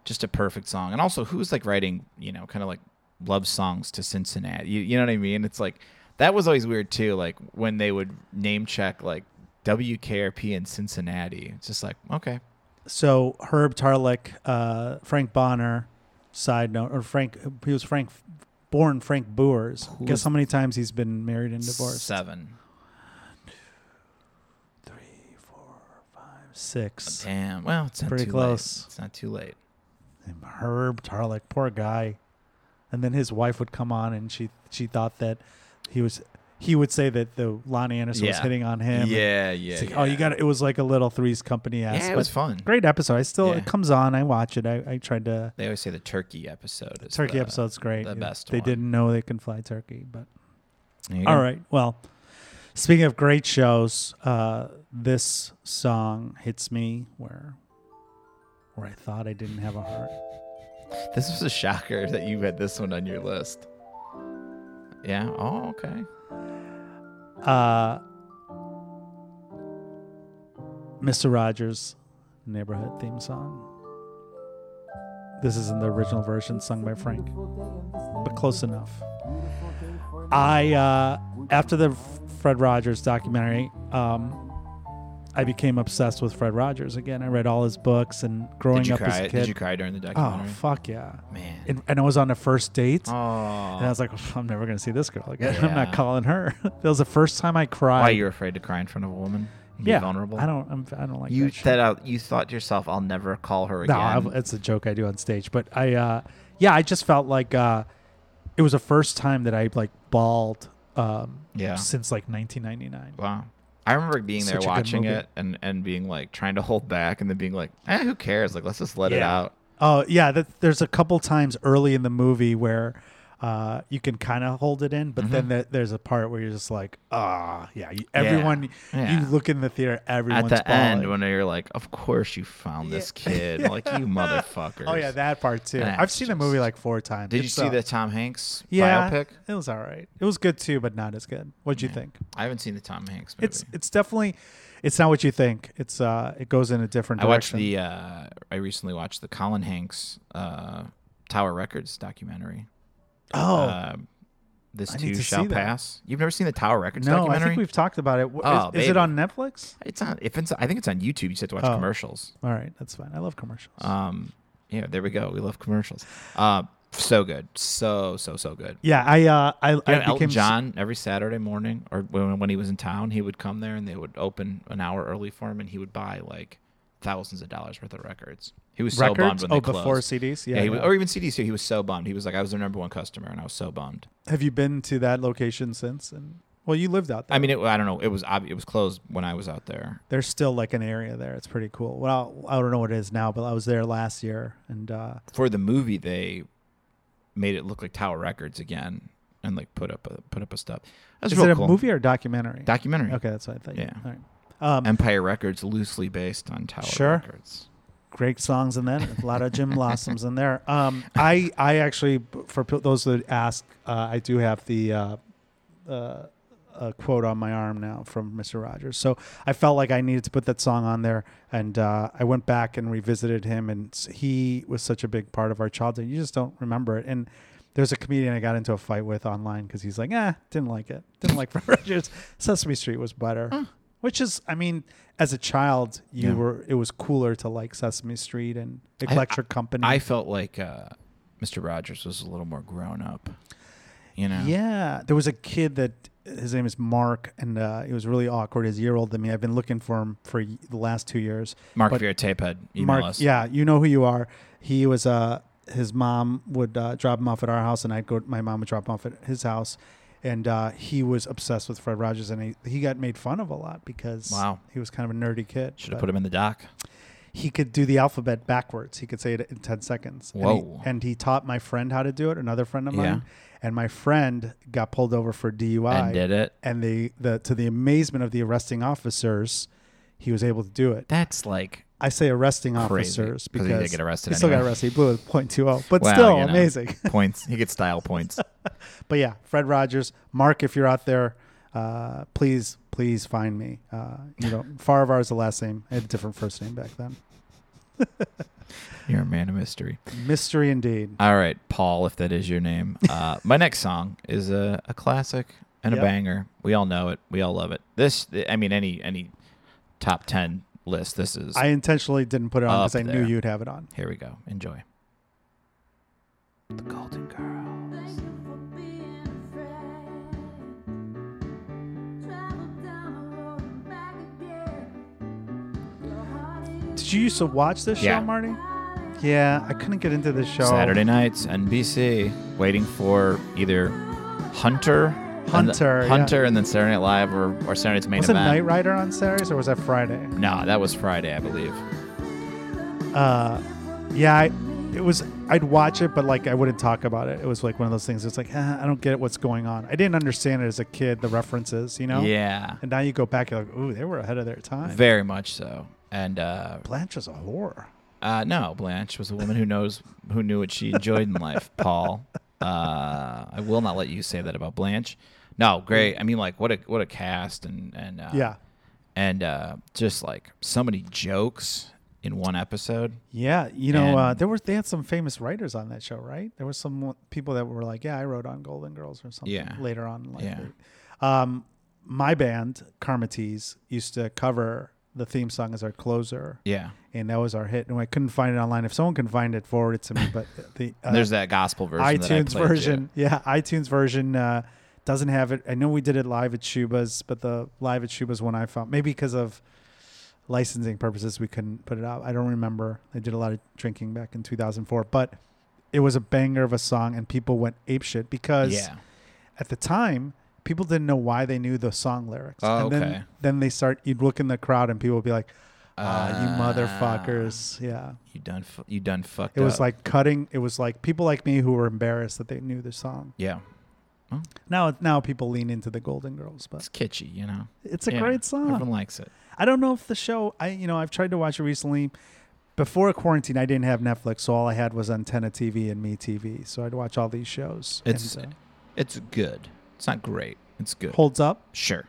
Speaker 2: just a perfect song. And also, who's like writing, you know, kind of like love songs to Cincinnati? You, you know what I mean? It's like that was always weird too. Like when they would name check like WKRP in Cincinnati. It's just like okay,
Speaker 1: So Herb Tarlick, uh, Frank Bonner, side note, or Frank, he was Frank, born Frank Boers. Guess how many times he's been married and divorced?
Speaker 2: seven.
Speaker 1: Six.
Speaker 2: Damn. Well, it's not
Speaker 1: Pretty
Speaker 2: too
Speaker 1: close.
Speaker 2: Late. It's not too late.
Speaker 1: Herb Tarlick, poor guy. And then his wife would come on, and she she thought that he was he would say that the Lonnie Anderson was
Speaker 2: Yeah.
Speaker 1: hitting on him.
Speaker 2: Yeah, yeah.
Speaker 1: It's like, Oh, you got it. It was like a little Three's Company ass.
Speaker 2: Yeah, it
Speaker 1: but
Speaker 2: was fun.
Speaker 1: Great episode. I still
Speaker 2: Yeah.
Speaker 1: it comes on. I watch it. I, I tried to
Speaker 2: They always say the turkey episode. Is
Speaker 1: turkey
Speaker 2: the-
Speaker 1: episode's great.
Speaker 2: the best
Speaker 1: They
Speaker 2: one.
Speaker 1: didn't know they can fly turkey, but
Speaker 2: There you go.
Speaker 1: all right. Well, speaking of great shows, uh, this song hits me where where I thought I didn't have a heart.
Speaker 2: This was a shocker that you had this one on your list. Yeah. Oh, okay.
Speaker 1: Uh, Mr. Rogers' neighborhood theme song. This isn't the original version sung by Frank, but close enough. I uh, after the Fred Rogers documentary, um, I became obsessed with Fred Rogers again. I read all his books and growing
Speaker 2: Did you
Speaker 1: up as
Speaker 2: cry?
Speaker 1: a kid.
Speaker 2: Did you cry during the
Speaker 1: oh
Speaker 2: documentary?
Speaker 1: fuck yeah!
Speaker 2: man.
Speaker 1: And, and I was on a first date.
Speaker 2: oh.
Speaker 1: And I was like, I'm never going to see this girl again. I'm
Speaker 2: Yeah.
Speaker 1: not calling her. that was the first time I cried.
Speaker 2: why you're afraid to cry in front of a woman? and Be
Speaker 1: yeah,
Speaker 2: vulnerable.
Speaker 1: I don't. I'm, I don't like
Speaker 2: You
Speaker 1: that shit.
Speaker 2: said out. You thought to yourself, "I'll never call her
Speaker 1: no,
Speaker 2: again."
Speaker 1: I, it's a joke I do on stage. But I, uh, yeah, I just felt like uh, it was the first time that I like bawled um,
Speaker 2: yeah.
Speaker 1: since like 1999.
Speaker 2: Wow. I remember being there
Speaker 1: Such a good
Speaker 2: watching
Speaker 1: movie.
Speaker 2: it and and being like trying to hold back and then being like, "Eh, who cares? Like, let's just let it
Speaker 1: Yeah.
Speaker 2: out."
Speaker 1: Oh yeah, that, there's a couple times early in the movie where uh, you can kind of hold it in, but then there, there's a part where you're just like, ah, yeah. You, everyone,
Speaker 2: Mm-hmm. Yeah.
Speaker 1: you look in the theater,
Speaker 2: At
Speaker 1: everyone's
Speaker 2: the end,
Speaker 1: bawling.
Speaker 2: when you're like, "Of course you found this kid," like you motherfuckers.
Speaker 1: Oh yeah, that part too.
Speaker 2: That's
Speaker 1: I've seen the movie
Speaker 2: just-
Speaker 1: like four times.
Speaker 2: Did you
Speaker 1: It's,
Speaker 2: see
Speaker 1: uh,
Speaker 2: the Tom Hanks
Speaker 1: Yeah,
Speaker 2: biopic?
Speaker 1: it was all right. It was good too, but not as good. What'd you think?
Speaker 2: I haven't seen the Tom Hanks movie.
Speaker 1: It's it's definitely, it's not what you think. It's uh, it goes in a different
Speaker 2: I watched
Speaker 1: direction.
Speaker 2: the. Uh, I recently watched the Colin Hanks uh, Tower Records documentary.
Speaker 1: oh
Speaker 2: Uh, this
Speaker 1: I need
Speaker 2: too
Speaker 1: to
Speaker 2: shall
Speaker 1: see that.
Speaker 2: pass. You've never seen the Tower Records
Speaker 1: no, I
Speaker 2: documentary?
Speaker 1: think we've talked about it. Wh-
Speaker 2: Oh,
Speaker 1: is, is it
Speaker 2: baby.
Speaker 1: on Netflix?
Speaker 2: It's on. If it's, I think it's on YouTube. You just have to watch
Speaker 1: Oh.
Speaker 2: commercials.
Speaker 1: All right, that's fine. I love commercials.
Speaker 2: Um, yeah, there we go. We love commercials. Uh, so good, so so so good.
Speaker 1: yeah, I uh, I,
Speaker 2: You
Speaker 1: I
Speaker 2: know, Elton
Speaker 1: became s-
Speaker 2: John every Saturday morning, or when, when he was in town, he would come there and they would open an hour early for him, and he would buy like thousands of dollars worth of records. He was so bummed
Speaker 1: records.
Speaker 2: when
Speaker 1: oh,
Speaker 2: they closed.
Speaker 1: before CDs. Yeah.
Speaker 2: yeah, he was,
Speaker 1: no.
Speaker 2: or even CDs too. He was so bummed. He was like, I was their number one customer, and I was so bummed.
Speaker 1: Have you been to that location since? And well, you lived out there.
Speaker 2: I mean, it, I don't know. It was obvi- it was closed when I was out there.
Speaker 1: there's still like an area there. It's pretty cool. Well, I don't know what it is now, but I was there last year, and uh,
Speaker 2: for the movie they made it look like Tower Records again and like put up a put up a stuff. That's
Speaker 1: is
Speaker 2: real
Speaker 1: it a
Speaker 2: cool.
Speaker 1: movie or a documentary?
Speaker 2: documentary?
Speaker 1: Okay, that's what I thought.
Speaker 2: Yeah.
Speaker 1: All right. Um,
Speaker 2: Empire Records loosely based on Tower
Speaker 1: Sure.
Speaker 2: Records.
Speaker 1: great songs in that. A lot of Jim Blossoms in there. Um, I I actually for p- those that ask, uh, I do have the. Uh, uh, a quote on my arm now from Mr. Rogers. So I felt like I needed to put that song on there, and uh, I went back and revisited him, and s- he was such a big part of our childhood. You just don't remember it. And there's a comedian I got into a fight with online because he's like, "Ah, didn't like it. Didn't like Fred Rogers. Sesame Street was better." Which is, I mean, as a child, you
Speaker 2: Yeah.
Speaker 1: were it was cooler to like Sesame Street and
Speaker 2: I-
Speaker 1: Electric Company.
Speaker 2: I felt like uh, Mr. Rogers was a little more grown up. You know.
Speaker 1: Yeah, there was a kid that his name is Mark, and uh, he was really awkward. He's a year older than me. I've been looking for him for y- the last two years.
Speaker 2: Mark
Speaker 1: But
Speaker 2: if you're a tape head, email
Speaker 1: Mark,
Speaker 2: us.
Speaker 1: yeah, you know who you are. He was uh, his mom would uh, drop him off at our house, and I'd go. My mom would drop him off at his house, and uh, he was obsessed with Fred Rogers, and he, he got made fun of a lot because
Speaker 2: Wow.
Speaker 1: he was kind of a nerdy kid.
Speaker 2: Should have
Speaker 1: but-
Speaker 2: put him in the dock.
Speaker 1: he could do the alphabet backwards. He could say it in 10 seconds. And
Speaker 2: Whoa.
Speaker 1: he, and he taught my friend how to do it, another friend of
Speaker 2: Yeah.
Speaker 1: mine. And my friend got pulled over for DUI.
Speaker 2: And did it.
Speaker 1: And the, the, to the amazement of the arresting officers, he was able to do it.
Speaker 2: That's like
Speaker 1: I say arresting
Speaker 2: Crazy,
Speaker 1: officers
Speaker 2: 'cause
Speaker 1: because
Speaker 2: he did get arrested
Speaker 1: He still got
Speaker 2: anyway.
Speaker 1: arrested. He blew a .20, but
Speaker 2: wow,
Speaker 1: still
Speaker 2: you know,
Speaker 1: amazing.
Speaker 2: points. He gets style points.
Speaker 1: but yeah, Fred Rogers, Mark, if you're out there, uh, please, please find me. Uh, you know, Farivar is the last name. I had a different first name back then.
Speaker 2: You're a man of mystery.
Speaker 1: Mystery indeed.
Speaker 2: All right, Paul, if that is your name. Uh, my next song is a, a classic and a
Speaker 1: Yep.
Speaker 2: banger. We all know it. We all love it. This, I mean, any any top ten list. This is.
Speaker 1: I intentionally didn't put it on
Speaker 2: Up
Speaker 1: because I knew
Speaker 2: there.
Speaker 1: you'd have it on.
Speaker 2: here we go. Enjoy. The Golden Girl.
Speaker 5: Thank you for being afraid. Travel down the road and back again. Your heart is
Speaker 1: Did you used to watch this
Speaker 2: Yeah.
Speaker 1: show, Marty? Yeah, I couldn't get into this show.
Speaker 2: Saturday nights, NBC. Waiting for either Hunter, and the-
Speaker 1: Hunter, yeah.
Speaker 2: Hunter, and then Saturday Night Live or, or Saturday Night's main
Speaker 1: Was it
Speaker 2: event.
Speaker 1: Night Rider on Saturdays or was that Friday?
Speaker 2: no, that was Friday, I believe.
Speaker 1: Uh, yeah, I, it was. I'd watch it, but like I wouldn't talk about it. It was like one of those things. It's like "Ah, I don't get what's going on. I didn't understand it as a kid. The references, you know.
Speaker 2: Yeah,
Speaker 1: And now you go back, you're like, ooh, they were ahead of their time.
Speaker 2: very much so. And uh,
Speaker 1: Blanche is a whore.
Speaker 2: Uh, no, Blanche was a woman who knows who knew what she enjoyed in life. Paul, uh, I will not let you say that about Blanche. No, great. I mean, like what a what a cast and and uh,
Speaker 1: Yeah.
Speaker 2: and uh, just like so many jokes in one episode.
Speaker 1: Yeah, you know, uh,
Speaker 2: And-
Speaker 1: there were they had some famous writers on that show, right? There were some w- people that were like, "Yeah, I wrote on Golden Girls or something."
Speaker 2: Yeah.
Speaker 1: later on, in life.
Speaker 2: Yeah.
Speaker 1: Um, my band Karmatees used to cover the theme song as our closer,
Speaker 2: Yeah,
Speaker 1: and that was our hit. And I couldn't find it online. If someone can find it, forward it to me. But the uh,
Speaker 2: And there's that gospel version. that I
Speaker 1: iTunes
Speaker 2: played you.
Speaker 1: version, yeah, iTunes version uh, doesn't have it. I know we did it live at Shuba's, but the live at Shuba's one I found maybe because of licensing purposes we couldn't put it out. I don't remember. I did a lot of drinking back in 2004, but it was a banger of a song, and people went apeshit because
Speaker 2: Yeah,
Speaker 1: at the time people didn't know why they knew the song lyrics.
Speaker 2: Oh,
Speaker 1: and then,
Speaker 2: okay.
Speaker 1: then they start. You'd look in the crowd, and people would be like. Ah, you motherfuckers. Yeah.
Speaker 2: You done. Fu- you done fucked
Speaker 1: It
Speaker 2: up.
Speaker 1: was like cutting. It was like people like me who were embarrassed that they knew the song.
Speaker 2: yeah,
Speaker 1: Now, now people lean into the Golden Girls,
Speaker 2: it's
Speaker 1: but
Speaker 2: kitschy. You know,
Speaker 1: it's a
Speaker 2: Yeah,
Speaker 1: great song.
Speaker 2: Everyone likes it.
Speaker 1: I don't know if the show. I you know I've tried to watch it recently. Before quarantine, I didn't have Netflix, so all I had was Antenna TV and Me TV. So I'd watch all these shows. and,
Speaker 2: It's
Speaker 1: uh,
Speaker 2: it's good. It's not great. It's good.
Speaker 1: holds up.
Speaker 2: sure,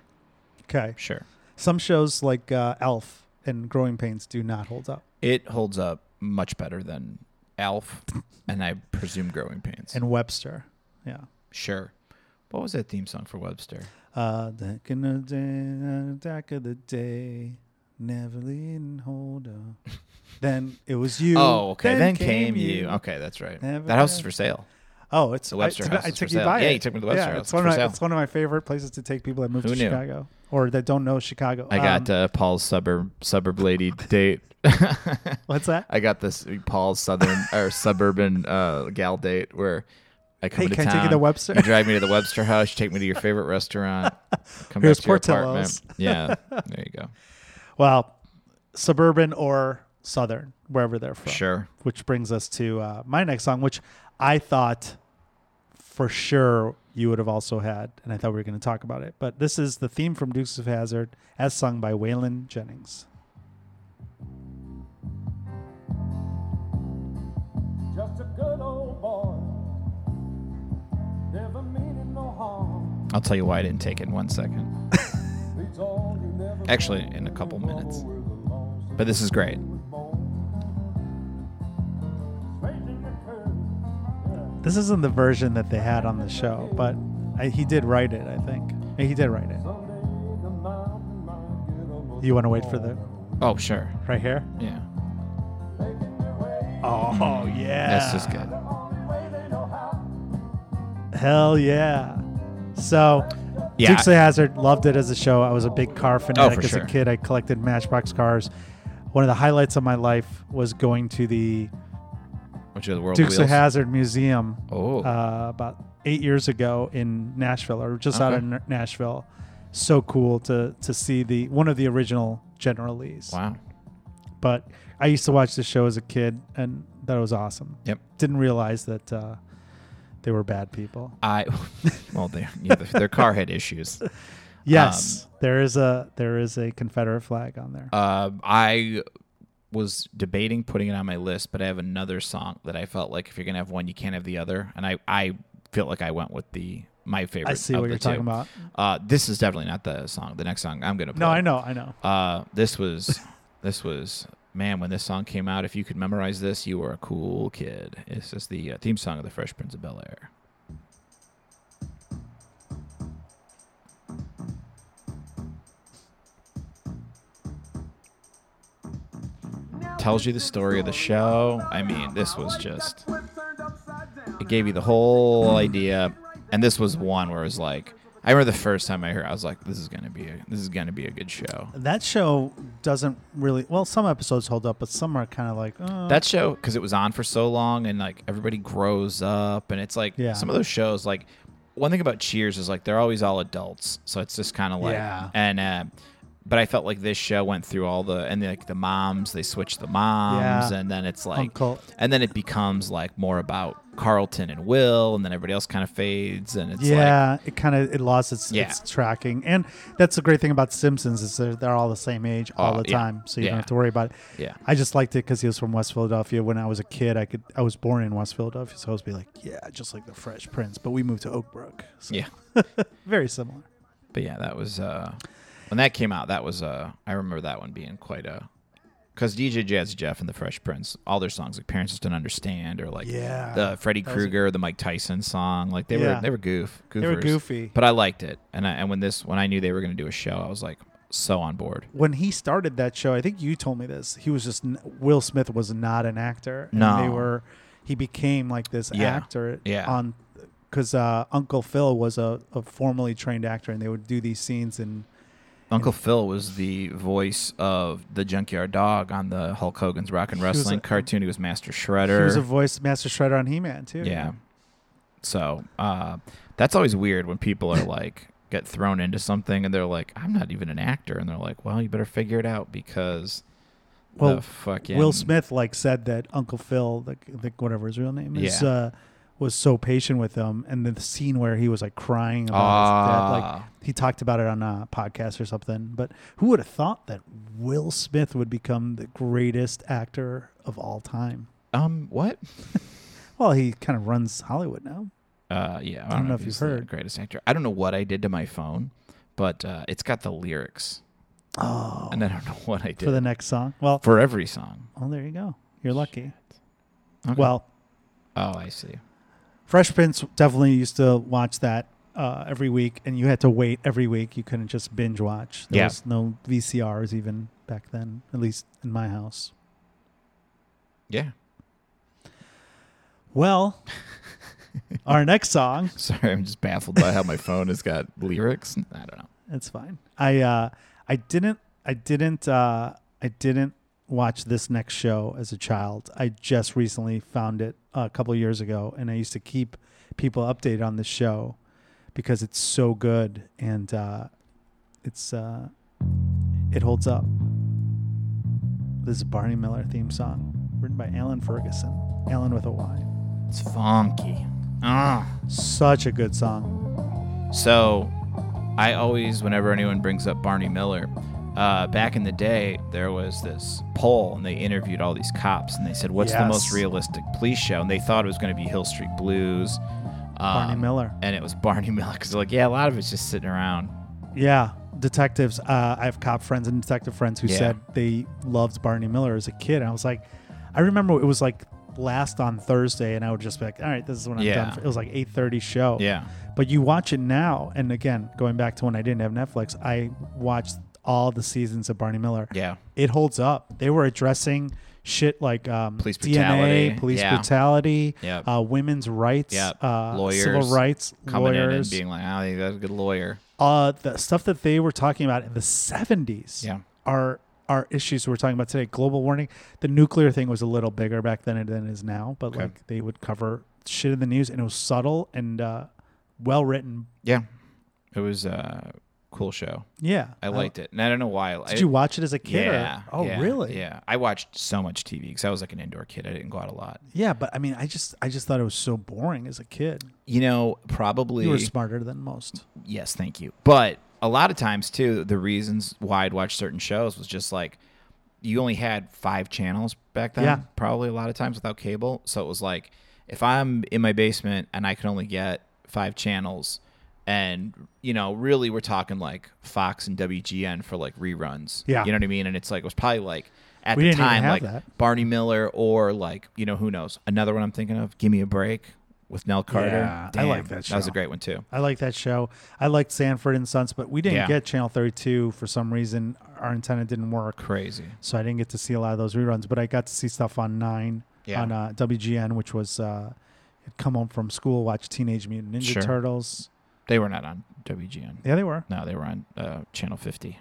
Speaker 1: Okay,
Speaker 2: sure.
Speaker 1: some shows like uh, Elf and Growing Pains do not hold up,
Speaker 2: It holds up much better than Alf, and I presume Growing Pains.
Speaker 1: and Webster. Yeah.
Speaker 2: sure. What was that theme song for Webster?
Speaker 1: Uh, dark in the day, uh, dark of the day, never lean hold up. then it was you.
Speaker 2: oh, okay. Then, came, you. Okay, that's right.
Speaker 1: Never
Speaker 2: that house is
Speaker 1: had-
Speaker 2: for sale.
Speaker 1: Oh, it's
Speaker 2: The Webster
Speaker 1: I, took-
Speaker 2: House
Speaker 1: I
Speaker 2: is
Speaker 1: took
Speaker 2: for
Speaker 1: you
Speaker 2: sale.
Speaker 1: by
Speaker 2: Yeah,
Speaker 1: it.
Speaker 2: you took me to the Webster
Speaker 1: yeah,
Speaker 2: House.
Speaker 1: It's
Speaker 2: It's
Speaker 1: one,
Speaker 2: for
Speaker 1: of my,
Speaker 2: sale.
Speaker 1: it's one of my favorite places to take people that move
Speaker 2: Who
Speaker 1: to
Speaker 2: knew?
Speaker 1: Chicago or that don't know Chicago.
Speaker 2: I got
Speaker 1: Um,
Speaker 2: uh, Paul's suburb suburb lady date.
Speaker 1: what's that?
Speaker 2: I got this Paul's southern or suburban uh, gal date where I come
Speaker 1: Hey,
Speaker 2: into
Speaker 1: can I
Speaker 2: town.
Speaker 1: take you to Webster?
Speaker 2: You drive me to the Webster house. You take me to your favorite restaurant. Come
Speaker 1: Here's
Speaker 2: back to your
Speaker 1: Portillo's.
Speaker 2: apartment. Yeah, there you go.
Speaker 1: Well, suburban or southern, wherever they're from.
Speaker 2: Sure.
Speaker 1: Which brings us to uh, my next song, which I thought for sure you would have also had, and I thought we were going to talk about it. But this is the theme from Dukes of Hazard, as sung by Waylon Jennings.
Speaker 4: Just a good old boy. Never meaning no harm.
Speaker 2: I'll tell you why I didn't take it in one second.
Speaker 4: It's all you never
Speaker 2: Actually,
Speaker 4: thought
Speaker 2: in a couple
Speaker 4: anymore
Speaker 2: minutes.
Speaker 4: were the laws
Speaker 2: But this is great.
Speaker 4: that was born. Straightening the curve,
Speaker 1: This isn't the version that they had on the show, but I, he did write it, I think. Yeah, He did write it.
Speaker 4: yeah. Someday the mountain might get almost
Speaker 1: You want to wait for the
Speaker 2: Oh, sure.
Speaker 1: right here?
Speaker 2: Yeah,
Speaker 4: Making their way.
Speaker 1: Oh yeah,
Speaker 2: Mm, that's just good.
Speaker 4: The only way they know how.
Speaker 1: Hell yeah! So,
Speaker 2: Yeah. Oh,
Speaker 1: Dukes of Hazard loved it as a show. I was a big car fanatic
Speaker 2: for
Speaker 1: as
Speaker 2: sure.
Speaker 1: a kid. I collected Matchbox cars. One of the highlights of my life was going to the
Speaker 2: Which is the world
Speaker 1: Dukes
Speaker 2: wheels.
Speaker 1: of Hazard Museum
Speaker 2: Oh.
Speaker 1: uh, about eight years ago in Nashville, or just out of
Speaker 2: Okay.
Speaker 1: N- Nashville. So cool to to see the one of the original General Lees.
Speaker 2: wow.
Speaker 1: But I used to watch the show as a kid, and that was awesome.
Speaker 2: Yep.
Speaker 1: Didn't realize that uh, they were bad people.
Speaker 2: I well, they yeah, their, their car had issues.
Speaker 1: Yes, there is a there is a Confederate flag on there.
Speaker 2: Um, Uh, I was debating putting it on my list, but I have another song that I felt like if you're gonna have one, you can't have the other, and I I feel like I went with the my favorite.
Speaker 1: I see
Speaker 2: of
Speaker 1: what
Speaker 2: the
Speaker 1: you're talking
Speaker 2: two.
Speaker 1: about.
Speaker 2: Uh, this is definitely not the song. The next song I'm gonna play.
Speaker 1: No, I know, I know.
Speaker 2: Uh, this was this was man when this song came out. If you could memorize this, you were a cool kid. This is the uh, theme song of the Fresh Prince of Bel Air. Tells you the story of the show. I mean, this was just it gave you the whole idea and this was one where it was like i remember the first time i heard it, i was like this is gonna be a this is gonna be a good show
Speaker 1: That show doesn't really well. Some episodes hold up, but some are kind of like oh.
Speaker 2: that show because it was on for so long and like everybody grows up and it's like
Speaker 1: Yeah.
Speaker 2: some of those shows like one thing about cheers is like they're always all adults so it's just kind of like
Speaker 1: Yeah.
Speaker 2: and uh but i felt like this show went through all the and like the moms they switched the moms
Speaker 1: Yeah.
Speaker 2: and then it's like
Speaker 1: Uncle.
Speaker 2: and then it becomes like more about carlton and will and then everybody else kind of fades and it's like
Speaker 1: yeah, it kind of it lost its,
Speaker 2: Yeah.
Speaker 1: its tracking, and that's the great thing about Simpsons is they're, they're all the same age all
Speaker 2: Oh,
Speaker 1: the
Speaker 2: yeah.
Speaker 1: time, so you
Speaker 2: Yeah.
Speaker 1: don't have to worry about it.
Speaker 2: Yeah.
Speaker 1: I just liked it because he was from West Philadelphia. When I was a kid, I could I was born in West Philadelphia, so I was be like, yeah, just like the Fresh Prince, but we moved to Oak Brook, so
Speaker 2: yeah
Speaker 1: very similar.
Speaker 2: But yeah, that was uh when that came out. That was uh I remember that one being quite a because DJ Jazzy Jeff and the Fresh Prince, all their songs like "Parents Just Don't Understand" or like
Speaker 1: Yeah,
Speaker 2: the Freddy
Speaker 1: that was a-
Speaker 2: Krueger, the Mike Tyson song, like they
Speaker 1: Yeah.
Speaker 2: were they were goof, goofers.
Speaker 1: were goofy.
Speaker 2: but I liked it. And I, and when this when I knew they were going to do a show, I was like so on board.
Speaker 1: when he started that show, I think you told me this. He was just n- Will Smith was not an actor. And
Speaker 2: No.
Speaker 1: they were. He became like this
Speaker 2: Yeah.
Speaker 1: actor.
Speaker 2: Yeah.
Speaker 1: On because uh, Uncle Phil was a, a formally trained actor, and they would do these scenes and
Speaker 2: Uncle Phil was the voice of the Junkyard Dog on the Hulk Hogan's Rock and
Speaker 1: was
Speaker 2: Wrestling
Speaker 1: a-
Speaker 2: cartoon. He was Master Shredder.
Speaker 1: he was a voice master shredder on He Man too.
Speaker 2: Yeah. So uh, that's always weird when people are like get thrown into something and they're like, I'm not even an actor, and they're like, Well, you better figure it out because
Speaker 1: Well,
Speaker 2: the fucking
Speaker 1: Will Smith like said that Uncle Phil, like the, whatever his real name is,
Speaker 2: Yeah.
Speaker 1: uh, was so patient with him, and the scene where he was like crying about his death, like
Speaker 2: Ah.
Speaker 1: he talked about it on a podcast or something. But who would have thought that Will Smith would become the greatest actor of all time?
Speaker 2: Um, what?
Speaker 1: Well, he kind of runs Hollywood now.
Speaker 2: Uh, yeah, I don't,
Speaker 1: don't know if
Speaker 2: if
Speaker 1: you've
Speaker 2: he's the
Speaker 1: heard.
Speaker 2: Greatest actor. I don't know what I did to my phone, but uh, it's got the lyrics,
Speaker 1: Oh,
Speaker 2: and I don't know what I did
Speaker 1: for the next song. Well,
Speaker 2: for every song.
Speaker 1: oh, there you go. You're lucky.
Speaker 2: Okay.
Speaker 1: Well,
Speaker 2: oh, I see.
Speaker 1: Fresh Prince definitely used to watch that uh, every week, and you had to wait every week. You couldn't just binge watch. There
Speaker 2: Yeah.
Speaker 1: was no VCRs even back then, at least in my house.
Speaker 2: Yeah.
Speaker 1: Well, our next song,
Speaker 2: Sorry, I'm just baffled by how my phone has got lyrics. I don't know.
Speaker 1: it's fine. I uh, I didn't I didn't uh, I didn't watch this next show as a child. I just recently found it a couple years ago, and I used to keep people updated on this show because it's so good and uh, it's uh, it holds up. This is Barney Miller theme song, written by Alan Ferguson. Alan with a Y.
Speaker 2: It's funky. Ah.
Speaker 1: Such a good song.
Speaker 2: So, I always, whenever anyone brings up Barney Miller, uh, back in the day, there was this poll, and they interviewed all these cops, and they said, "What's the most
Speaker 1: Yes.
Speaker 2: realistic police show?" And they thought it was going to be Hill Street Blues. Um,
Speaker 1: Barney Miller.
Speaker 2: And it was Barney Miller because, like, yeah, a lot of it's just sitting around.
Speaker 1: Yeah, detectives. Uh, I have cop friends and detective friends who
Speaker 2: Yeah.
Speaker 1: said they loved Barney Miller as a kid. And I was like, I remember it was like last on Thursday, and I would just be like, all right, this is when I'm
Speaker 2: Yeah.
Speaker 1: done. For. It was like eight thirty show.
Speaker 2: Yeah.
Speaker 1: But you watch it now, and again, going back to when I didn't have Netflix, I watched all the seasons of Barney Miller.
Speaker 2: Yeah.
Speaker 1: It holds up. They were addressing shit like um,
Speaker 2: Police brutality.
Speaker 1: DNA, police
Speaker 2: Yeah.
Speaker 1: brutality,
Speaker 2: Yep.
Speaker 1: uh, women's rights,
Speaker 2: Yep.
Speaker 1: uh,
Speaker 2: Lawyers
Speaker 1: civil rights,
Speaker 2: Coming
Speaker 1: lawyers,
Speaker 2: in and being like, "Oh, you got a good lawyer."
Speaker 1: uh, the stuff that they were talking about in the 70s
Speaker 2: Yeah.
Speaker 1: are are issues we're talking about today. Global warming, the nuclear thing was a little bigger back then than it is now, but
Speaker 2: Okay.
Speaker 1: like they would cover shit in the news, and it was subtle and uh, well written.
Speaker 2: Yeah. It was a cool show.
Speaker 1: Yeah, Uh,
Speaker 2: I liked it, and I don't know why.
Speaker 1: Did you watch it as a kid? or-
Speaker 2: Yeah.
Speaker 1: oh,
Speaker 2: yeah,
Speaker 1: really?
Speaker 2: Yeah. I watched so much TV because I was like an indoor kid. I didn't go out a lot.
Speaker 1: Yeah, but I mean, I just I just thought it was so boring as a kid.
Speaker 2: You know, probably.
Speaker 1: You were smarter than most.
Speaker 2: yes, thank you. But a lot of times too, the reasons why I'd watch certain shows was just like you only had five channels back then.
Speaker 1: Yeah.
Speaker 2: Probably a lot of times without cable, so it was like if I'm in my basement and I can only get five channels. And you know, really, we're talking like Fox and WGN for like reruns.
Speaker 1: Yeah.
Speaker 2: you know what I mean. And it's like it was probably like at
Speaker 1: We
Speaker 2: the
Speaker 1: didn't even
Speaker 2: time,
Speaker 1: have
Speaker 2: like
Speaker 1: that.
Speaker 2: Barney Miller or like you know who knows another one I'm thinking of. Give me a break with Nell Carter.
Speaker 1: Yeah, I like that
Speaker 2: That was a
Speaker 1: show.
Speaker 2: great one too.
Speaker 1: I like that show. I liked Sanford and Sons, but we didn't
Speaker 2: Yeah.
Speaker 1: get Channel 32 for some reason. Our antenna didn't work.
Speaker 2: Crazy.
Speaker 1: so I didn't get to see a lot of those reruns, but I got to see stuff on Nine,
Speaker 2: Yeah.
Speaker 1: on uh, WGN, which was uh, I'd come home from school, watch Teenage Mutant Ninja
Speaker 2: Sure.
Speaker 1: Turtles.
Speaker 2: They were not on WGN.
Speaker 1: Yeah, they were.
Speaker 2: No, they were on uh, Channel 50.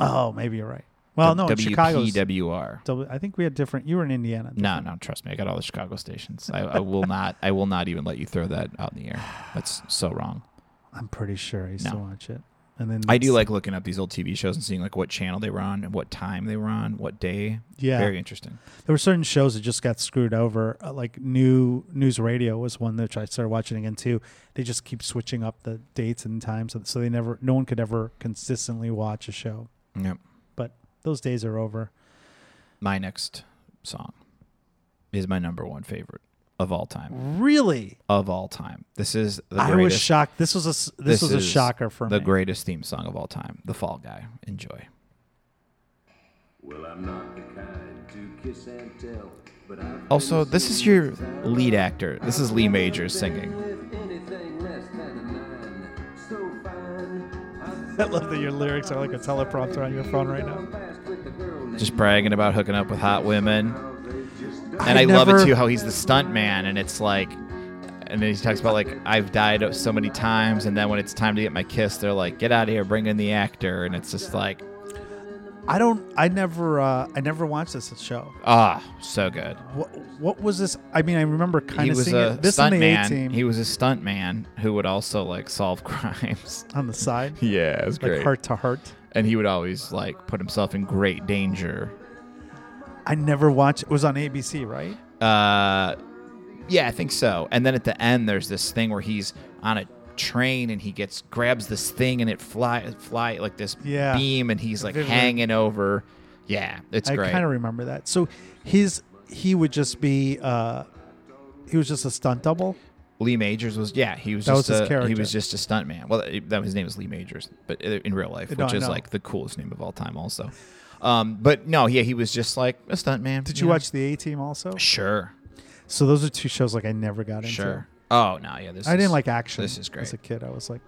Speaker 1: Oh, maybe you're right. Well, no, in Chicago.
Speaker 2: WPWR.
Speaker 1: I think we had different. You were in Indiana.
Speaker 2: No, no, trust me. I got all the Chicago stations. I, I will not. I will not even let you throw that out in the air. That's so wrong.
Speaker 1: I'm pretty sure I used to
Speaker 2: No.
Speaker 1: watch it. And then
Speaker 2: I do like looking up these old TV shows and seeing like what channel they were on and what time they were on, what day.
Speaker 1: Yeah.
Speaker 2: very interesting.
Speaker 1: there were certain shows that just got screwed over. Uh, like new news radio was one that I started watching again too. They just keep switching up the dates and times, so, so they never, no one could ever consistently watch a show.
Speaker 2: Yep.
Speaker 1: But those days are over.
Speaker 2: My next song is my number one favorite of all time.
Speaker 1: Really,
Speaker 2: Of all time, this is the
Speaker 1: I
Speaker 2: greatest.
Speaker 1: was shocked. This was a s- this, was a
Speaker 2: is
Speaker 1: shocker for
Speaker 2: the
Speaker 1: me.
Speaker 2: greatest theme song of all time, "The Fall Guy." Enjoy.
Speaker 4: Well, I'm not the kind to kiss and tell, but I've
Speaker 2: Also,
Speaker 4: been
Speaker 2: this is
Speaker 4: seen
Speaker 2: your
Speaker 4: without
Speaker 2: lead actor. This is Lee Majors
Speaker 4: a
Speaker 2: singing.
Speaker 4: with anything less than a nine. So fine.
Speaker 1: I love that your lyrics are like a teleprompter on your phone right now.
Speaker 2: Just bragging about hooking up with hot women.
Speaker 1: I
Speaker 2: And I, love
Speaker 1: never-
Speaker 2: it too how he's the stunt man and it's like and then he talks about like I've died so many times and then when it's time to get my kiss they're like get out of here bring in the actor and it's just like
Speaker 1: I don't. I never. Uh, I never watched this show.
Speaker 2: ah so good.
Speaker 1: What, what was this? I mean, I remember kind
Speaker 2: he
Speaker 1: of
Speaker 2: was
Speaker 1: seeing
Speaker 2: a
Speaker 1: it. This and
Speaker 2: stunt
Speaker 1: the A
Speaker 2: man.
Speaker 1: team
Speaker 2: He was a stunt man who would also like solve crimes.
Speaker 1: on the side,
Speaker 2: yeah, it was
Speaker 1: like heart to heart.
Speaker 2: And he would always like put himself in great danger.
Speaker 1: I never watched. It was on ABC, right?
Speaker 2: Uh, yeah, I think so. And then at the end, there's this thing where he's on a train and he gets grabs this thing and it fly fly like this
Speaker 1: Yeah.
Speaker 2: beam and he's like
Speaker 1: Vivid.
Speaker 2: hanging over. Yeah, it's
Speaker 1: I
Speaker 2: great.
Speaker 1: kind of remember that. So his he would just be uh, he was just a stunt double.
Speaker 2: Lee Majors was yeah he was
Speaker 1: That
Speaker 2: just
Speaker 1: was his
Speaker 2: a, he
Speaker 1: character.
Speaker 2: was just a stunt man. Well, it- that his name is Lee Majors, but i- in real life,
Speaker 1: No,
Speaker 2: which
Speaker 1: I
Speaker 2: is
Speaker 1: know.
Speaker 2: like the coolest name of all time, also. Um, but no, yeah, he was just like a stunt man.
Speaker 1: Did you
Speaker 2: know?
Speaker 1: watch the A Team also?
Speaker 2: Sure,
Speaker 1: So those are two shows like I never got into.
Speaker 2: sure. Oh no, yeah, this
Speaker 1: I
Speaker 2: is-
Speaker 1: didn't like action.
Speaker 2: This is great.
Speaker 1: As a kid, I was like,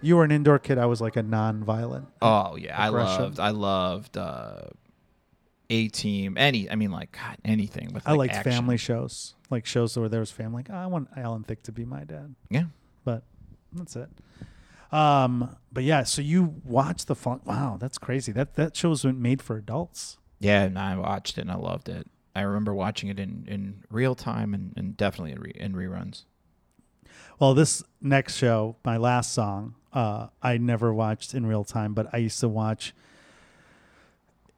Speaker 1: you were an indoor kid. I was like a non-violent.
Speaker 2: Oh yeah, I
Speaker 1: aggression.
Speaker 2: loved I loved uh, A Team. Any, I mean, like God, anything with
Speaker 1: I
Speaker 2: like
Speaker 1: liked
Speaker 2: action.
Speaker 1: family shows, like shows where there was family. Like, "Oh, I want Alan Thicke to be my dad,
Speaker 2: Yeah,
Speaker 1: but that's it. Um, but yeah, so you watch the fun. Wow, that's crazy. That that show's been made for adults.
Speaker 2: yeah, and I watched it and I loved it. I remember watching it in, in real time and, and definitely in, re, in reruns.
Speaker 1: Well, this next show, my last song, uh, I never watched in real time, but I used to watch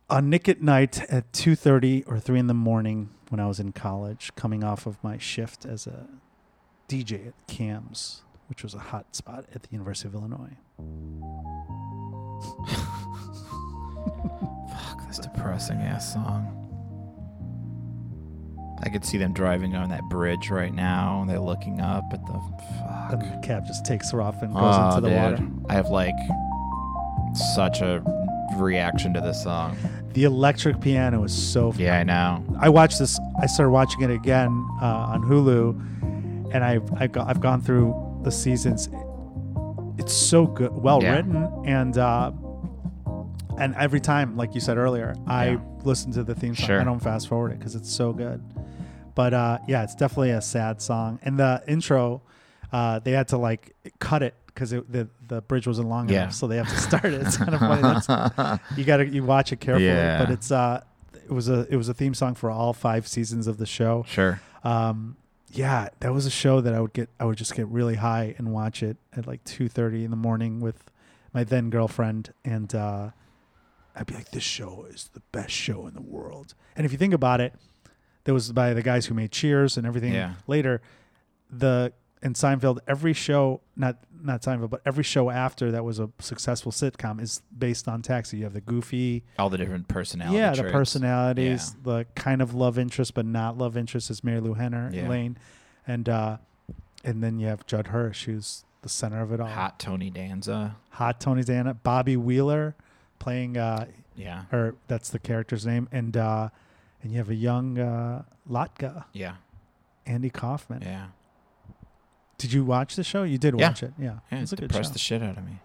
Speaker 1: on Nick at Night at two thirty or three in the morning when I was in college, coming off of my shift as a DJ at Cams, which was a hot spot at the University of Illinois.
Speaker 2: Fuck this depressing ass song. I could see them driving on that bridge right now, and they're looking up at the
Speaker 1: And
Speaker 2: fuck.
Speaker 1: the cab just takes her off and goes
Speaker 2: Oh,
Speaker 1: into the water.
Speaker 2: dude. I have like such a reaction to this song.
Speaker 1: The electric piano is so. f-
Speaker 2: Yeah, I know.
Speaker 1: I watched this. I started watching it again uh, on Hulu, and I've I've, go, I've gone through the seasons. It's so good, well
Speaker 2: Yeah.
Speaker 1: written, and uh, and every time, like you said earlier, I
Speaker 2: Yeah.
Speaker 1: listen to the theme song.
Speaker 2: Sure.
Speaker 1: I don't fast forward it because it's so good. But uh, yeah, it's definitely a sad song, and the intro, uh, they had to like cut it because the the bridge wasn't long
Speaker 2: Yeah.
Speaker 1: enough, so they have to start it. It's kind of funny. That's, you gotta you watch it carefully
Speaker 2: Yeah.
Speaker 1: but it's uh it was a it was a theme song for all five seasons of the show
Speaker 2: Sure.
Speaker 1: um yeah that was a show that i would get i would just get really high and watch it at like 2.30 in the morning with my then girlfriend and uh i'd be like this show is the best show in the world and if you think about it that was by the guys who made cheers and everything
Speaker 2: Yeah.
Speaker 1: later the in Seinfeld, every show not not Seinfeld, but every show after that was a successful sitcom is based on Taxi. You have the Goofy,
Speaker 2: All the different personality.
Speaker 1: yeah, the
Speaker 2: traits.
Speaker 1: personalities, the kind of love interest but not love interest is Mary Lou Henner,
Speaker 2: Yeah.
Speaker 1: Lane, and uh, and then you have Judd Hirsch, who's the center of it all.
Speaker 2: Hot Tony Danza.
Speaker 1: Hot Tony Dana, Bobby Wheeler, playing uh,
Speaker 2: Yeah.
Speaker 1: or that's the character's name, and uh, and you have a young uh, Latka,
Speaker 2: Yeah.
Speaker 1: Andy Kaufman.
Speaker 2: Yeah.
Speaker 1: Did you watch the show? You did
Speaker 2: Yeah.
Speaker 1: watch it, yeah.
Speaker 2: Yeah,
Speaker 1: it's
Speaker 2: it
Speaker 1: a good show.
Speaker 2: depressed the shit out of me.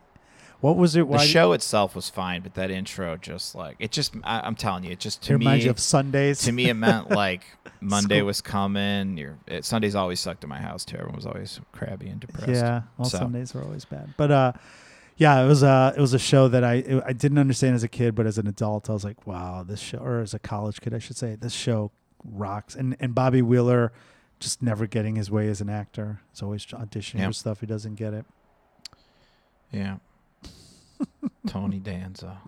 Speaker 1: what was it?
Speaker 2: The
Speaker 1: Why
Speaker 2: show itself was fine, but that intro just like it just I, I'm telling you, it just
Speaker 1: it
Speaker 2: to
Speaker 1: reminds
Speaker 2: me
Speaker 1: you of Sundays?
Speaker 2: to me it meant like Monday
Speaker 1: School.
Speaker 2: was coming. Your it, Sundays always sucked in my house too. Everyone was always crabby and depressed.
Speaker 1: Yeah, well,
Speaker 2: So-
Speaker 1: Sundays are always bad. But uh, yeah, it was uh, it was a show that I it- I didn't understand as a kid, but as an adult, I was like, wow, this show, or as a college kid, I should say, this show rocks. And and Bobby Wheeler, just never getting his way as an actor. He's always auditioning
Speaker 2: Yeah.
Speaker 1: for stuff he doesn't get it.
Speaker 2: Yeah. Tony Danza.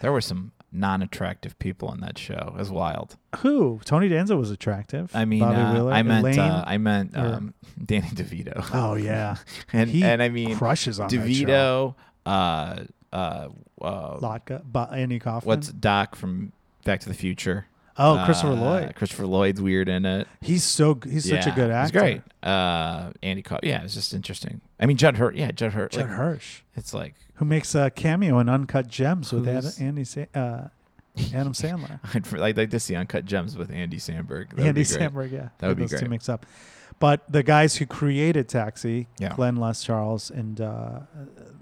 Speaker 2: There were some non-attractive people on that show. It was wild.
Speaker 1: Who? Tony Danza was attractive.
Speaker 2: I mean,
Speaker 1: Bobby
Speaker 2: uh,
Speaker 1: Wheeler,
Speaker 2: I meant,
Speaker 1: Elaine.
Speaker 2: uh, I meant
Speaker 1: or-
Speaker 2: um, Danny DeVito.
Speaker 1: oh yeah,
Speaker 2: and
Speaker 1: He
Speaker 2: and I mean
Speaker 1: crushes on That show.
Speaker 2: DeVito, uh, uh, uh,
Speaker 1: Lotka, Bo- Andy Kaufman.
Speaker 2: what's Doc from Back to the Future?
Speaker 1: oh Christopher
Speaker 2: Uh,
Speaker 1: Lloyd?
Speaker 2: Christopher Lloyd's weird in it.
Speaker 1: He's so g- he's such a
Speaker 2: Yeah,
Speaker 1: good actor.
Speaker 2: He's great. Uh, Andy Cobb. Yeah, it's just interesting. I mean, Judd Hurt. Yeah, Judd Hurt.
Speaker 1: Judd
Speaker 2: like,
Speaker 1: Hirsch.
Speaker 2: It's like
Speaker 1: who makes a cameo in Uncut Gems with Ad,
Speaker 2: Who's-
Speaker 1: Andy Sa- uh, Adam Sandler.
Speaker 2: I'd, I'd like to see Uncut Gems with Andy Sandberg. That would
Speaker 1: Andy
Speaker 2: be great.
Speaker 1: Samberg, yeah.
Speaker 2: That would be
Speaker 1: those two
Speaker 2: great.
Speaker 1: mix up. But the guys who created Taxi,
Speaker 2: Yeah.
Speaker 1: Glenn Les Charles and uh,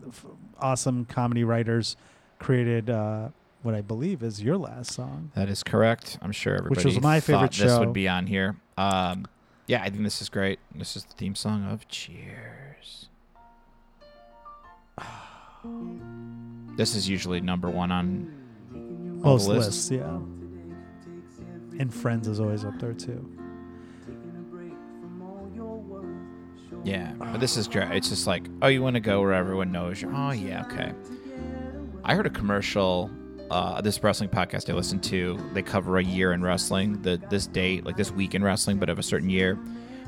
Speaker 1: f- awesome comedy writers, created uh, what I believe is your last song.
Speaker 2: That is correct. I'm sure everybody
Speaker 1: was my favorite
Speaker 2: thought this
Speaker 1: show.
Speaker 2: would be on here. Um, yeah, I think this is great. This is the theme song of Cheers. This is usually number one on.
Speaker 1: Most
Speaker 2: list.
Speaker 1: lists, yeah. And Friends is always up there too.
Speaker 2: Yeah, but this is great. It's just like, oh, you want to go where everyone knows you. Oh, yeah, okay. I heard a commercial uh, this wrestling podcast I listen to. They cover a year in wrestling, the this date, like this week in wrestling, but of a certain year.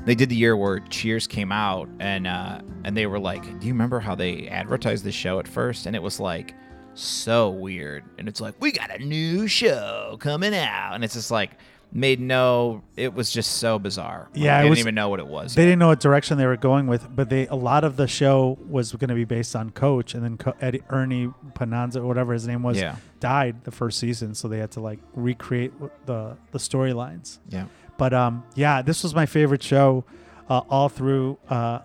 Speaker 2: They did the year where Cheers came out, and uh, and they were like, "Do you remember how they advertised the show at first? And it was like so weird. And it's like, "We got a new show coming out," and it's just like made no. It was just so bizarre. Like,
Speaker 1: Yeah,
Speaker 2: I
Speaker 1: it
Speaker 2: didn't
Speaker 1: was-
Speaker 2: even know what it was.
Speaker 1: They didn't know what direction they were going with, but they a lot of the show was going to be based on Coach, and then Co- Eddie, Ernie Pananza, or whatever his name was,
Speaker 2: Yeah.
Speaker 1: died the first season, so they had to like recreate w- the the storylines.
Speaker 2: yeah.
Speaker 1: But um, yeah, this was my favorite show uh, all through uh,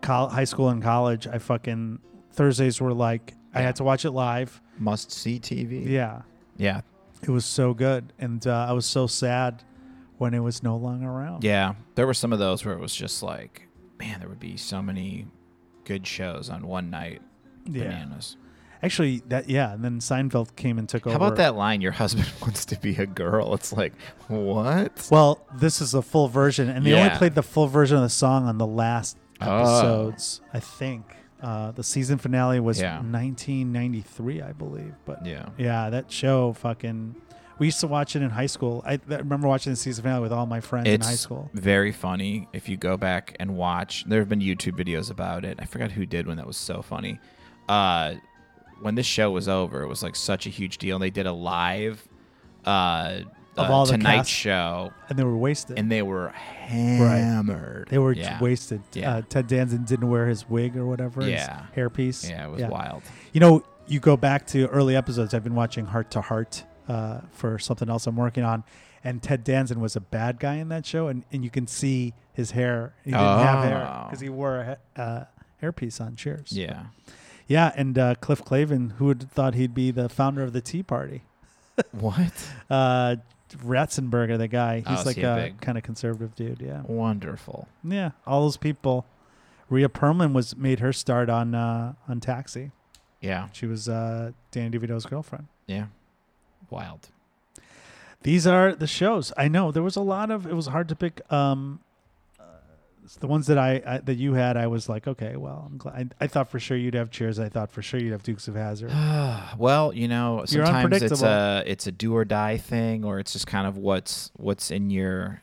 Speaker 1: col- high school and college. I fucking Thursdays were like I had to watch it live.
Speaker 2: Must see TV.
Speaker 1: Yeah,
Speaker 2: Yeah.
Speaker 1: it was so good, and uh, I was so sad when it was no longer around.
Speaker 2: Yeah. There were some of those where it was just like, man, there would be so many good shows on one night.
Speaker 1: Yeah.
Speaker 2: Bananas.
Speaker 1: Actually, that yeah, and then Seinfeld came and took over.
Speaker 2: How about that line, your husband wants to be a girl? It's like, what?
Speaker 1: Well, this is a full version, and they only
Speaker 2: Yeah.
Speaker 1: played the full version of the song on the last
Speaker 2: Oh.
Speaker 1: episodes. I think uh, the season finale was
Speaker 2: Yeah.
Speaker 1: 1993, I believe. But
Speaker 2: Yeah.
Speaker 1: yeah, that show fucking. We used to watch it in high school. I, I remember watching the season finale with all my friends in
Speaker 2: It's
Speaker 1: high school.
Speaker 2: very funny if you go back and watch. There have been YouTube videos about it. I forgot who did when that was so funny. Uh, when this show was over, it was like such a huge deal. And they did a live uh,
Speaker 1: Of
Speaker 2: uh,
Speaker 1: all the
Speaker 2: Tonight
Speaker 1: cast.
Speaker 2: Show,
Speaker 1: And they were wasted.
Speaker 2: and they were hammered.
Speaker 1: they were
Speaker 2: Yeah.
Speaker 1: wasted.
Speaker 2: Yeah.
Speaker 1: Uh, Ted Danson didn't wear his wig or whatever,
Speaker 2: Yeah.
Speaker 1: his hairpiece.
Speaker 2: Yeah, it was wild.
Speaker 1: You know, you go back to early episodes. I've been watching Heart to Heart uh, for something else I'm working on, and Ted Danson was a bad guy in that show, and, and you can see his hair. He didn't have hair
Speaker 2: Oh.
Speaker 1: because he wore a he- uh, hairpiece on Cheers.
Speaker 2: Yeah.
Speaker 1: yeah. And uh, Cliff Clavin, who would have thought he'd be the founder of the Tea Party?
Speaker 2: What?
Speaker 1: Uh, Ratzenberger, the guy, he's
Speaker 2: Oh,
Speaker 1: like
Speaker 2: see a
Speaker 1: a
Speaker 2: big- Oh.
Speaker 1: kind of conservative dude. Yeah,
Speaker 2: Wonderful.
Speaker 1: yeah. All those people. Rhea Perlman was made her start on uh, on Taxi.
Speaker 2: Yeah.
Speaker 1: She was uh, Danny DeVito's girlfriend.
Speaker 2: Yeah. Wild.
Speaker 1: These are the shows. I know there was a lot of. It was hard to pick. Um, uh, the ones that I, I that you had, I was like, okay, well, I'm glad. I, I thought for sure you'd have Cheers. I thought for sure you'd have Dukes of Hazard.
Speaker 2: well, you know,
Speaker 1: You're
Speaker 2: sometimes it's
Speaker 1: unpredictable.
Speaker 2: a it's a do or die thing or it's just kind of what's what's in your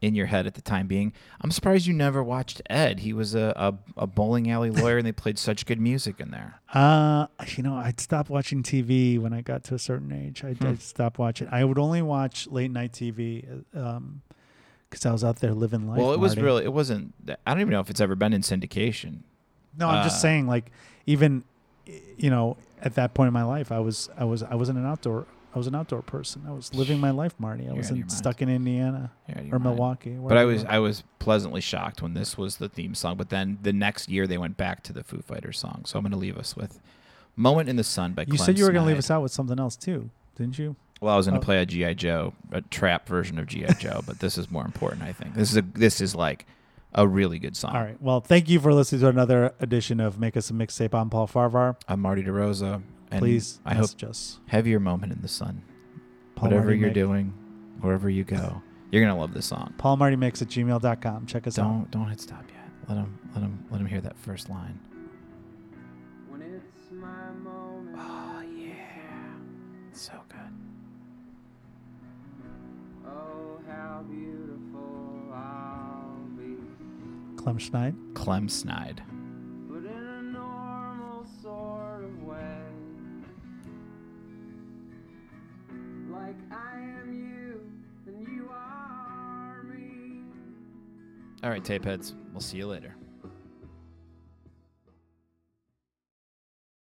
Speaker 2: in your head at the time being. I'm surprised you never watched Ed. He was a, a, a bowling alley lawyer and they played such good music in there.
Speaker 1: Uh, you know, I'd stop watching TV when I got to a certain age. I did stop watching. I would only watch late night TV, um, because I was out there living life.
Speaker 2: well, it was
Speaker 1: Marty.
Speaker 2: really it wasn't I don't even know if it's ever been in syndication.
Speaker 1: No, I'm
Speaker 2: uh,
Speaker 1: just saying, like, even, y- you know, at that point in my life, I was, I was, I wasn't an outdoor, I was an outdoor person. I was living my life, Marty. I
Speaker 2: out of your
Speaker 1: wasn't
Speaker 2: mind.
Speaker 1: stuck in Indiana
Speaker 2: You're out of your
Speaker 1: or
Speaker 2: mind.
Speaker 1: Milwaukee.
Speaker 2: But I
Speaker 1: wherever.
Speaker 2: was I was pleasantly shocked when this was the theme song. But then the next year they went back to the Foo Fighters song. So I'm going to leave us with "Moment in the Sun" by.
Speaker 1: you said you were going to leave us out with something else too, didn't you?
Speaker 2: Well, I was going
Speaker 1: oh.
Speaker 2: to play a GI Joe, a trap version of GI Joe, but this is more important. I think this is a this is like a really good song.
Speaker 1: All right. Well, thank you for listening to another edition of Make Us a Mixtape. I'm Paul Farvar.
Speaker 2: I'm Marty DeRosa. And
Speaker 1: Please
Speaker 2: I hope
Speaker 1: message us.
Speaker 2: heavier moment in the sun.
Speaker 1: Paul
Speaker 2: Whatever
Speaker 1: Marty
Speaker 2: you're
Speaker 1: Mix-
Speaker 2: doing, wherever you go, you're gonna love this song.
Speaker 1: paulmartymix at gmail.com. Check us out.
Speaker 2: Don't don't hit stop yet. Let him let him let him hear that first line.
Speaker 4: When it's my moment.
Speaker 2: Oh yeah, so good.
Speaker 4: Oh, how beautiful I'll be.
Speaker 1: Clem Schneid.
Speaker 2: Clem Snide.
Speaker 4: But in a normal sort of way. Like I am you, and you are me.
Speaker 2: All right, tape heads. We'll see you later.